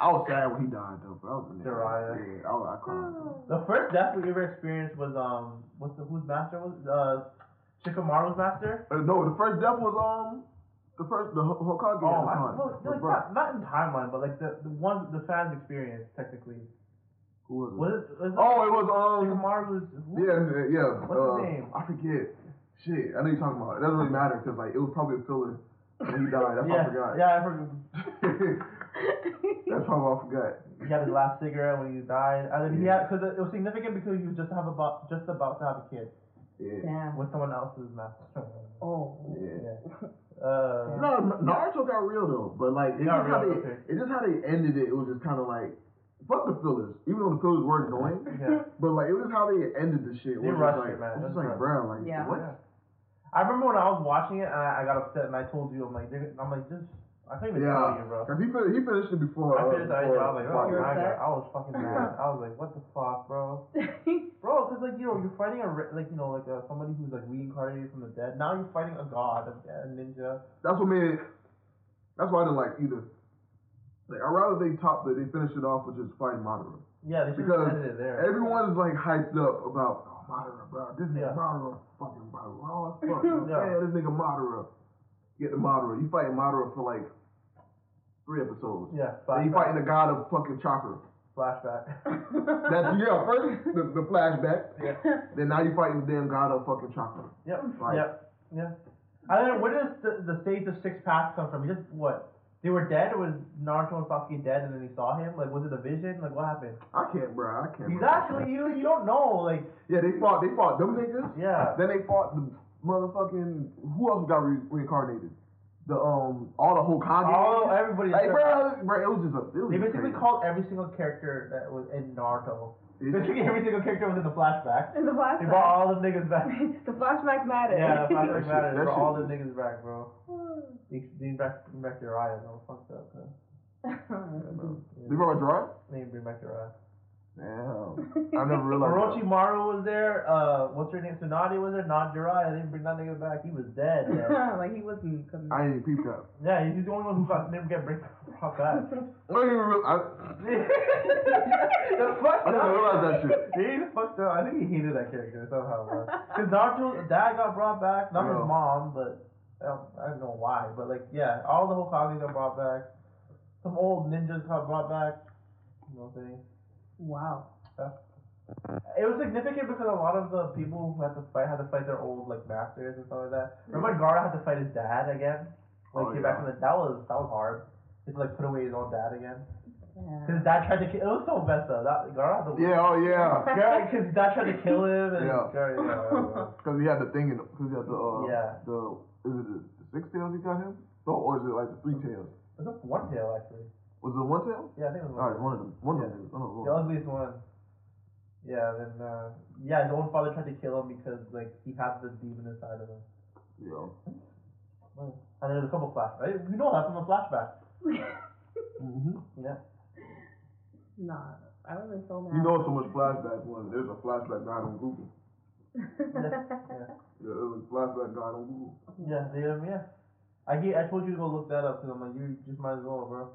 Speaker 2: I was sad when he died, though, bro. I was in there.
Speaker 3: Jiraiya.
Speaker 2: Yeah, I, was- I cried.
Speaker 3: The first death we ever experienced was um, what's the whose master was uh, Shikamaru's master.
Speaker 2: Uh, no, the first death was, um, the first, the H- Hokage at
Speaker 3: Oh,
Speaker 2: the
Speaker 3: I,
Speaker 2: time.
Speaker 3: well,
Speaker 2: Was
Speaker 3: like,
Speaker 2: Brock.
Speaker 3: not, not in timeline, but like the, the one the fans experience technically.
Speaker 2: Who was it?
Speaker 3: Was it? Was
Speaker 2: Oh, it was, um,
Speaker 3: Shikamaru's. who-
Speaker 2: Yeah, n- yeah.
Speaker 3: What's
Speaker 2: uh,
Speaker 3: his name?
Speaker 2: I forget. Shit, I know you're talking about. It doesn't really matter because like it was probably a filler when he died. That's why
Speaker 3: yeah,
Speaker 2: I forgot.
Speaker 3: yeah, I forgot.
Speaker 2: That's probably why I forgot.
Speaker 3: He had his last cigarette when he died, and then he had because it was significant because he was just have about just about to have a kid
Speaker 2: Yeah.
Speaker 4: Damn.
Speaker 3: with someone else's master.
Speaker 4: Oh.
Speaker 2: Yeah.
Speaker 3: yeah. Uh,
Speaker 2: No, N- Naruto got real though, but like it just
Speaker 3: Got
Speaker 2: how
Speaker 3: real,
Speaker 2: they
Speaker 3: okay.
Speaker 2: it just how they ended it. It was just kind of like fuck the fillers, even though the fillers were annoying.
Speaker 3: yeah.
Speaker 2: But like it was how they ended the shit.
Speaker 3: They
Speaker 2: which was
Speaker 3: rushed
Speaker 2: like,
Speaker 3: it, man.
Speaker 2: It was just
Speaker 3: That's
Speaker 2: like,
Speaker 3: right.
Speaker 2: bro, like
Speaker 4: Yeah.
Speaker 2: what?
Speaker 3: Yeah. I remember when I was watching it, and I, I got upset, and I told you, I'm like, "Dude," I'm like, just I can't even tell you, bro.
Speaker 2: because he fin- he finished it before. uh,
Speaker 3: I finished that, and I was like, oh
Speaker 2: before-
Speaker 4: You're
Speaker 3: my god,
Speaker 4: upset?
Speaker 3: I was fucking mad. I was like, what the fuck, bro? Bro, because like you know, you're fighting a re- like you know like uh, somebody who's like reincarnated from the dead. Now you're fighting a god, a, a ninja.
Speaker 2: That's what made it. That's why I didn't like either. Like I rather they top that they finish it off with just fighting Madara.
Speaker 3: Yeah, they should
Speaker 2: Because
Speaker 3: have ended it there.
Speaker 2: Everyone's like hyped up about oh, Madara, bro. This nigga
Speaker 3: Yeah.
Speaker 2: Madara, fucking Madara, raw as fuck. man.
Speaker 3: Yeah.
Speaker 2: Yeah, this nigga Madara. Get the Madara. You fighting Madara for like three episodes.
Speaker 3: yeah,
Speaker 2: Then you
Speaker 3: flashback.
Speaker 2: fighting the god of fucking Chopper.
Speaker 3: flashback.
Speaker 2: That's yeah. First the, the flashback.
Speaker 3: yeah.
Speaker 2: Then now you fighting the damn god of fucking Chopper.
Speaker 3: Yep.
Speaker 2: Right.
Speaker 3: Yep. Yeah. I don't know where does the, the stage of six paths come from? You Just what? They were dead. Was Naruto and Sasuke dead, and then he saw him? Like, was it a vision? Like, what happened?
Speaker 2: I can't, bro. I can't.
Speaker 3: He's
Speaker 2: bro.
Speaker 3: actually you. You don't know. Like,
Speaker 2: Yeah, they fought. They fought them niggas.
Speaker 3: yeah.
Speaker 2: Then they fought the motherfucking who else got re- reincarnated? The um all the Hokage.
Speaker 3: All everybody.
Speaker 2: like bro, bro, it was just a. It was
Speaker 3: They
Speaker 2: just
Speaker 3: basically
Speaker 2: crazy.
Speaker 3: called every single character that was in Naruto.
Speaker 2: It-
Speaker 3: Basically, every single character was in the flashback.
Speaker 4: In
Speaker 3: They
Speaker 4: the
Speaker 3: brought
Speaker 4: flashback.
Speaker 3: all them niggas back.
Speaker 4: the flashback matter.
Speaker 3: Yeah, the flashback
Speaker 2: shit-
Speaker 3: matters. They
Speaker 2: that
Speaker 3: brought
Speaker 2: shit
Speaker 3: all them
Speaker 2: was-
Speaker 3: niggas back, bro. They they back bring back Jiraiya. That was fucked up. Huh?
Speaker 2: They brought a draw.
Speaker 3: They didn't bring back Jiraiya.
Speaker 2: Damn, I never realized. that.
Speaker 3: Orochimaru was there. Uh, what's her name? Tsunade was there. Not Jiraiya. They didn't bring that nigga back. He was dead. man.
Speaker 4: like he wasn't coming.
Speaker 2: I didn't even peep that.
Speaker 3: yeah, he's the only one who got, never get bring brought back.
Speaker 2: I didn't even real- I,
Speaker 3: the fuck
Speaker 2: I didn't realize that shit.
Speaker 3: He fucked up. I think he hated that character somehow. Because Naruto's dad got brought back. Not his
Speaker 2: Yeah.
Speaker 3: mom, but I don't, I don't know why. But like, yeah, all the Hokage got brought back. Some old ninjas got brought back. You know what I'm saying?
Speaker 4: wow.
Speaker 3: It was significant because a lot of the people who had to fight had to fight their old like masters and stuff like that. Remember Gara had to fight his dad again? Like
Speaker 2: Oh,
Speaker 3: he came
Speaker 2: yeah.
Speaker 3: back from the that was that was hard. He had to like put away his own dad again.
Speaker 4: Yeah.
Speaker 3: His dad tried to kill. It was so messed up. That Gara had to.
Speaker 2: Yeah, oh yeah.
Speaker 3: Gara, his dad tried to kill him. And
Speaker 2: Yeah.
Speaker 3: Gara, yeah,
Speaker 2: Because he had the thing in him. Because he had the, uh,
Speaker 3: Yeah.
Speaker 2: the, is it the, the six tails he got him? No, or is it like the three tails?
Speaker 3: It was a one tail actually.
Speaker 2: Was it one tail?
Speaker 3: Yeah, I think it was one.
Speaker 2: Alright, one of them. One of
Speaker 3: Yeah.
Speaker 2: them. Oh,
Speaker 3: The ugliest one. Yeah, then uh, yeah, his own father tried to kill him because like he had the demon inside of him.
Speaker 2: yeah.
Speaker 3: And there's a couple flashbacks. You know that from the flashback.
Speaker 2: Mm-hmm.
Speaker 3: Yeah.
Speaker 4: Nah, I would have been so mad.
Speaker 2: You know so much flashback one. There's a flashback guy on Google. Yeah, there's a flashback guy on Google.
Speaker 3: Yeah, they, um, yeah. I get, I told you to go look that up because I'm like, you just might as well, bro.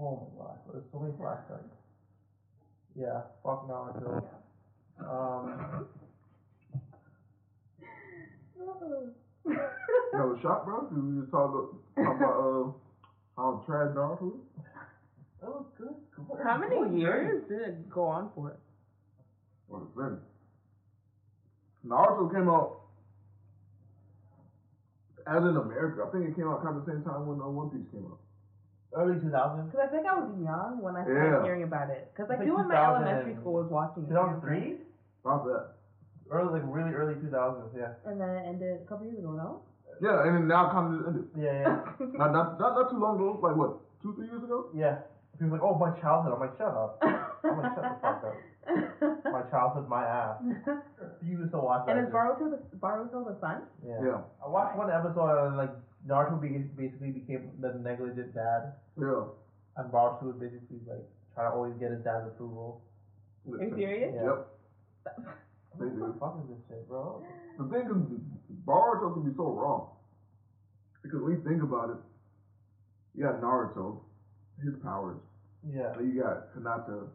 Speaker 3: Oh my gosh, there's so many flashbacks. Yeah, fuck now I feel. Um,
Speaker 4: Mm-hmm.
Speaker 2: That was shot, bro. 'cause we was talking talking about uh, how trash Naruto. is.
Speaker 3: that was good.
Speaker 4: How many years did it go on for?
Speaker 2: What is that? Naruto came out as in America. I think it came out kind of the same time when uh, One Piece came out.
Speaker 3: Early 2000s.
Speaker 4: Because I think I was young when I started
Speaker 2: Yeah.
Speaker 4: hearing about it. Because like
Speaker 3: Like
Speaker 4: who in my
Speaker 3: 2000
Speaker 4: elementary school was watching it?
Speaker 3: 2003?
Speaker 2: About that.
Speaker 3: Early, like really early 2000s, yeah.
Speaker 4: And then it ended a couple years ago, no?
Speaker 2: Yeah, and then now kind of just ended.
Speaker 3: Yeah, yeah.
Speaker 2: Not, not, not, not too long ago, like what, two, three years ago?
Speaker 3: Yeah. People like, oh, my childhood. I'm like, shut up. I'm like, shut the fuck up. My childhood, my ass. You used to watch that.
Speaker 4: and is
Speaker 3: shit.
Speaker 4: Baruto the Baruto the son?
Speaker 3: yeah.
Speaker 2: Yeah,
Speaker 3: I watched one episode and like Naruto be- basically became the negligent dad,
Speaker 2: yeah.
Speaker 3: and Baruto was basically like trying to always get his dad's approval.
Speaker 4: Are you serious?
Speaker 3: Yeah.
Speaker 2: Yep.
Speaker 3: What
Speaker 2: Basically.
Speaker 3: the fuck is this shit, bro?
Speaker 2: The thing is, Naruto can be so wrong. Because when you think about it, you got Naruto, his powers.
Speaker 3: Yeah.
Speaker 2: and you got Kanata,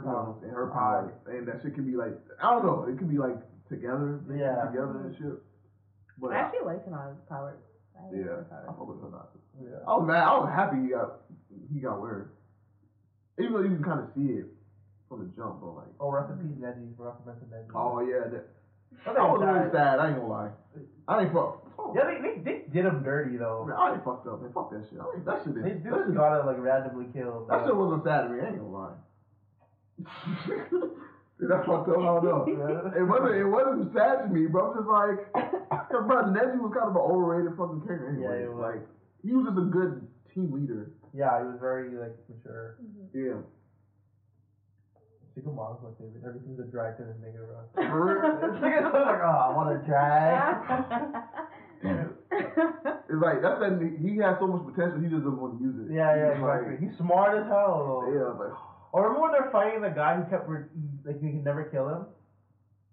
Speaker 2: you know,
Speaker 3: power.
Speaker 2: and her powers. And that shit can be like, I don't know, it could be like together, they could be
Speaker 3: Yeah.
Speaker 2: together and shit. But
Speaker 4: I actually like Kanata's powers. I like
Speaker 2: yeah,
Speaker 4: her
Speaker 2: I
Speaker 4: powers.
Speaker 2: fuck with Kanata.
Speaker 3: Yeah.
Speaker 2: I was mad, I was happy he got, he got weird. Even though you can kind of see it from the jump, but like,
Speaker 3: Oh, rest in peace, Neji. Forgot to mention Neji.
Speaker 2: oh yeah, that,
Speaker 3: That
Speaker 2: I was
Speaker 3: thing
Speaker 2: really
Speaker 3: died.
Speaker 2: sad, I ain't gonna lie. I ain't fuck. fuck.
Speaker 3: Yeah, they, they, they did him dirty though.
Speaker 2: Man, I ain't fucked up, man. Fuck that shit. I ain't- That shit is.
Speaker 3: They
Speaker 2: That
Speaker 3: dude
Speaker 2: shit,
Speaker 3: got it like randomly killed.
Speaker 2: that
Speaker 3: though.
Speaker 2: shit wasn't sad to me. I ain't gonna lie. Dude, that fucked up. I don't know. It wasn't. It wasn't sad to me, bro. I'm just like, cause bro, Neji was kind of an overrated fucking character.
Speaker 3: Yeah,
Speaker 2: Anyway.
Speaker 3: he was.
Speaker 2: like he was just a good team leader.
Speaker 3: Yeah, he was very like mature.
Speaker 4: Mm-hmm.
Speaker 2: Yeah.
Speaker 3: Chicken Mom's my favorite. Everything's a drag to this nigga, bro.
Speaker 2: For real.
Speaker 3: Chicken's like, oh, I want a drag.
Speaker 2: it's like that's that he has so much potential. He just doesn't want to use it.
Speaker 3: yeah, yeah,
Speaker 2: He's
Speaker 3: exactly.
Speaker 2: Like,
Speaker 3: He's smart as hell, though.
Speaker 2: yeah, like
Speaker 3: Or remember when they're fighting the guy who kept, re- like, you could never kill him?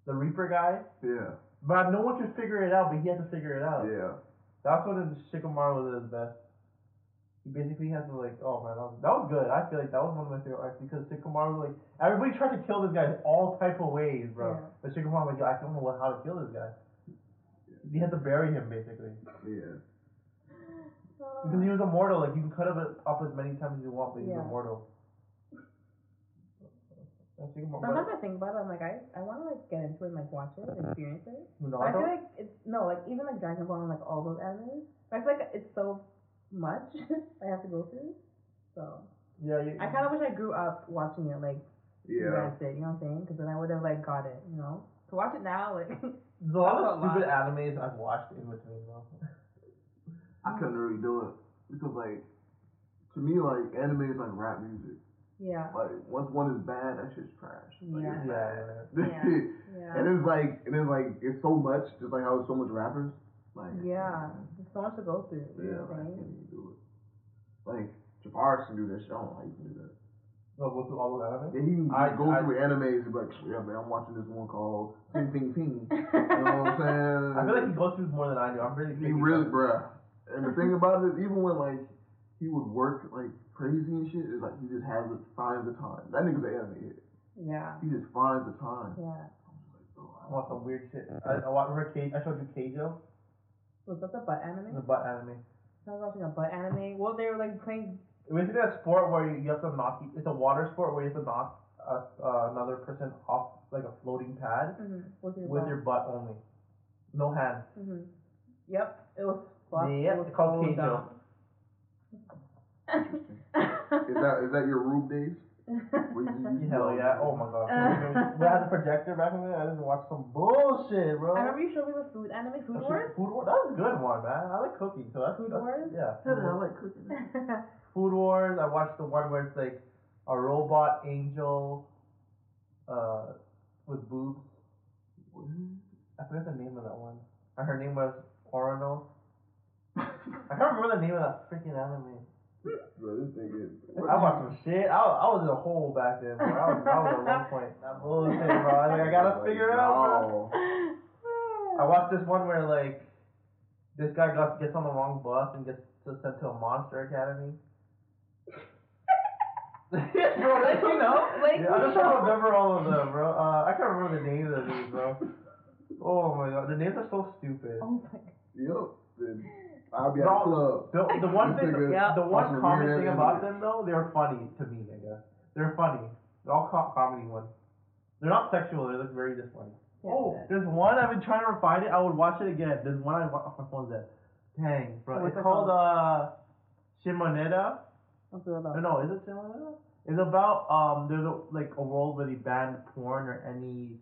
Speaker 3: The Reaper guy?
Speaker 2: yeah,
Speaker 3: But no one could figure it out, but he had to figure it out.
Speaker 2: yeah.
Speaker 3: That's when his Shikamaru was at his best. He basically had to, like, oh man, that was, that was good. I feel like that was one of my favorite arcs because Shikamaru, like, everybody tried to kill this guy all type of ways, bro.
Speaker 4: Yeah.
Speaker 3: But Shikamaru, like, yo, I don't know what, how to kill this guy. He had to bury him, basically.
Speaker 2: Yeah,
Speaker 3: Because he was immortal, like you can cut him up as many times as you want, but he's
Speaker 4: Yeah.
Speaker 3: immortal. I think about
Speaker 4: Sometimes I think about it, I'm like, I, I want to like get into it and like watch it, experience it. But I feel
Speaker 3: Naruto.
Speaker 4: like it's no, like even like Dragon Ball and like all those animes. I feel like it's so much I have to go through. So
Speaker 3: Yeah, you,
Speaker 4: I kind of wish I grew up watching it like you
Speaker 2: yeah.
Speaker 4: guys did. You know what I'm saying? Because then I would have like got it. You know, to watch it now, like
Speaker 3: there's a lot of
Speaker 4: that's a lot.
Speaker 3: stupid animes I've watched in between though.
Speaker 2: I couldn't really do it because like to me like anime is like rap music.
Speaker 4: yeah,
Speaker 2: Like once one is bad, that shit's trash. Like,
Speaker 4: Yeah.
Speaker 2: it's bad.
Speaker 3: yeah,
Speaker 4: Yeah.
Speaker 2: and
Speaker 4: yeah,
Speaker 2: it's like and it's like it's so much, just like how it's so much rappers. Like
Speaker 4: yeah. There's so much to go through. You
Speaker 2: Yeah,
Speaker 4: know what
Speaker 2: like, I
Speaker 4: I'm saying?
Speaker 2: can't even do it. Like Jabari can do that shit. I don't know how you can do that.
Speaker 3: no, go through all those animes.
Speaker 2: Yeah, he can
Speaker 3: I-
Speaker 2: go
Speaker 3: I-
Speaker 2: through animes and be like, yeah, man, I'm watching this one called Ting Ting Ting. You know what I'm saying?
Speaker 3: I feel like he goes through more than I do. I'm really.
Speaker 2: He
Speaker 3: picky.
Speaker 2: really, bruh. And the thing about it is, even when like he would work like crazy and shit, is like he just has it, finds the time. That nigga's an anime hit.
Speaker 4: yeah,
Speaker 2: He just finds the time.
Speaker 4: yeah.
Speaker 3: I watch some weird shit. I, I watch remember K- I showed you Keijo,
Speaker 4: Was that the butt anime?
Speaker 3: the butt anime.
Speaker 4: I was watching a butt anime. Well, they were like playing.
Speaker 3: It was basically a sport where you, you have to knock. e, It's a water sport where you have to knock uh, uh, another person off like a floating pad
Speaker 4: Mm-hmm, with your
Speaker 3: with
Speaker 4: butt.
Speaker 3: your butt only, no hands.
Speaker 4: hmm Yep, it was fucked.
Speaker 3: Yeah,
Speaker 4: it was
Speaker 3: it's called
Speaker 4: so dumb.
Speaker 2: Interesting. Is that is that your rube days? Where you used to
Speaker 3: Hell
Speaker 2: go-
Speaker 3: yeah! Oh my god.
Speaker 8: Uh.
Speaker 3: we had a projector back in the day. I just watched some bullshit, bro.
Speaker 8: I remember you showed me the food anime, Food
Speaker 5: Oh,
Speaker 8: Wars.
Speaker 3: That's a- Food Wars. That was a good one, man. I like cookies, so that's
Speaker 8: Food
Speaker 3: that's-
Speaker 8: Wars?
Speaker 3: Yeah.
Speaker 2: Hey, I like cooking.
Speaker 3: Food Wars. I watched the one where it's like a robot angel uh, with boobs. I forgot the name of that one. And her name was Orono. I can't remember the name of that freaking anime.
Speaker 2: Bro, this nigga.
Speaker 3: I watched some shit. I, was- I was in a hole back then, bro. I was, I was at one point. That bullshit, bro. I was like, I gotta figure it out, bro.
Speaker 4: Oh,
Speaker 3: I watched this one where like this guy got gets on the wrong bus and gets just sent to a monster academy. bro,
Speaker 8: Like, you know, like,
Speaker 3: yeah, I just
Speaker 8: you
Speaker 3: don't
Speaker 8: know.
Speaker 3: remember all of them, bro. Uh, I can't remember the names of these, bro. Oh my god, the names are so stupid.
Speaker 8: Oh my god.
Speaker 2: Yup. then I'll be at
Speaker 3: No.
Speaker 2: the club.
Speaker 3: The, the one
Speaker 2: This
Speaker 3: thing,
Speaker 2: nigga-
Speaker 3: the
Speaker 2: that's
Speaker 3: one
Speaker 2: a
Speaker 3: common
Speaker 2: weird
Speaker 3: thing
Speaker 2: ass
Speaker 3: about
Speaker 2: nigga.
Speaker 3: them though, they're funny to me, I guess. They're funny. They're all co- comedy ones. They're not sexual. They're just very just funny.
Speaker 5: Oh, there's one I've been trying to find it. I would watch it again. There's one I watched. My phone's dead. Dang, bro.
Speaker 4: What's
Speaker 5: it's
Speaker 4: it
Speaker 5: called uh, Shimoneta.
Speaker 4: What's it about?
Speaker 5: No, no, is it Shimoneta? It's about um, there's a, like a world where they ban porn or any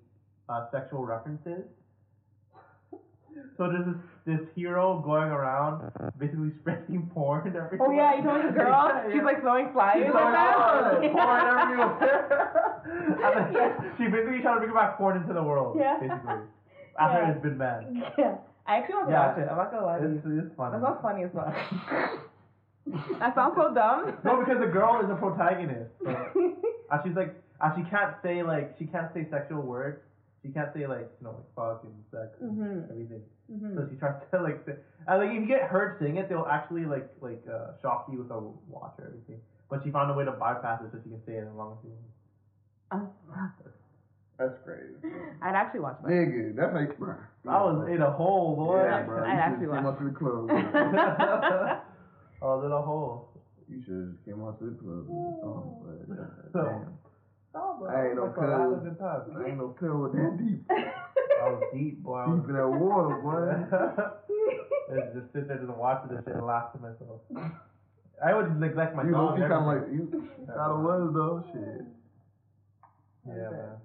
Speaker 5: uh, sexual references. So there's this, this hero going around basically spreading porn everywhere.
Speaker 4: Oh yeah, you know the girl?
Speaker 5: Yeah,
Speaker 4: She's
Speaker 5: yeah.
Speaker 4: like throwing flies.
Speaker 5: She's
Speaker 4: and
Speaker 5: throwing
Speaker 4: stuff.
Speaker 5: flies, porn everywhere. And then
Speaker 4: Yeah.
Speaker 5: She basically tried to bring back porn into the world.
Speaker 4: Yeah.
Speaker 5: Basically. After
Speaker 4: Yeah.
Speaker 5: it's been banned.
Speaker 4: Yeah. I actually want to
Speaker 5: Yeah.
Speaker 4: watch it. I'm not gonna lie to you.
Speaker 5: It's, it's funny.
Speaker 4: That sounds funny as well. that sounds so dumb.
Speaker 5: No, because the girl is a protagonist. So, and Ah, she's like, and she can't say like, she can't say sexual words. She can't say like, you know, like fuck and sex and
Speaker 4: Mhm.
Speaker 5: everything.
Speaker 4: Mhm.
Speaker 5: So she tries to like, say, and like if you get her saying it, they'll actually like like uh, shock you with a watch or everything. But she found a way to bypass it so she can say it as long as she wants.
Speaker 2: That's crazy.
Speaker 4: I'd actually watch that.
Speaker 2: Nigga, that's like. Bro.
Speaker 5: I was in a hole, boy.
Speaker 2: Yeah, bro.
Speaker 4: I
Speaker 2: You should
Speaker 4: actually
Speaker 2: have came
Speaker 4: was.
Speaker 2: out to the club. bro.
Speaker 5: I was in a hole.
Speaker 2: you should have came out to the club. with the song, but, uh,
Speaker 5: So-
Speaker 2: damn.
Speaker 5: I
Speaker 2: ain't no
Speaker 5: I had a
Speaker 2: clue.
Speaker 5: good time.
Speaker 2: I ain't no club with that deep.
Speaker 5: I was deep, boy. I was
Speaker 2: Deep in that water, boy.
Speaker 5: I just sit there and watch this shit and laugh to myself. I would neglect my
Speaker 2: You
Speaker 5: dog.
Speaker 2: hope you kind of
Speaker 5: everything.
Speaker 2: like. You kind of was, though. Shit.
Speaker 5: Yeah, man.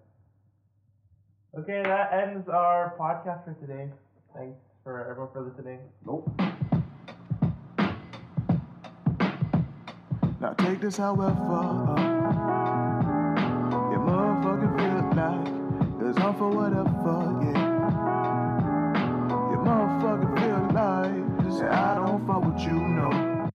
Speaker 5: Okay, that ends our podcast for today. Thanks for everyone for listening.
Speaker 2: Nope.
Speaker 9: Now take this however you motherfucking feel like it's on for whatever, yeah. You motherfucking feel like just I don't fuck with you, no.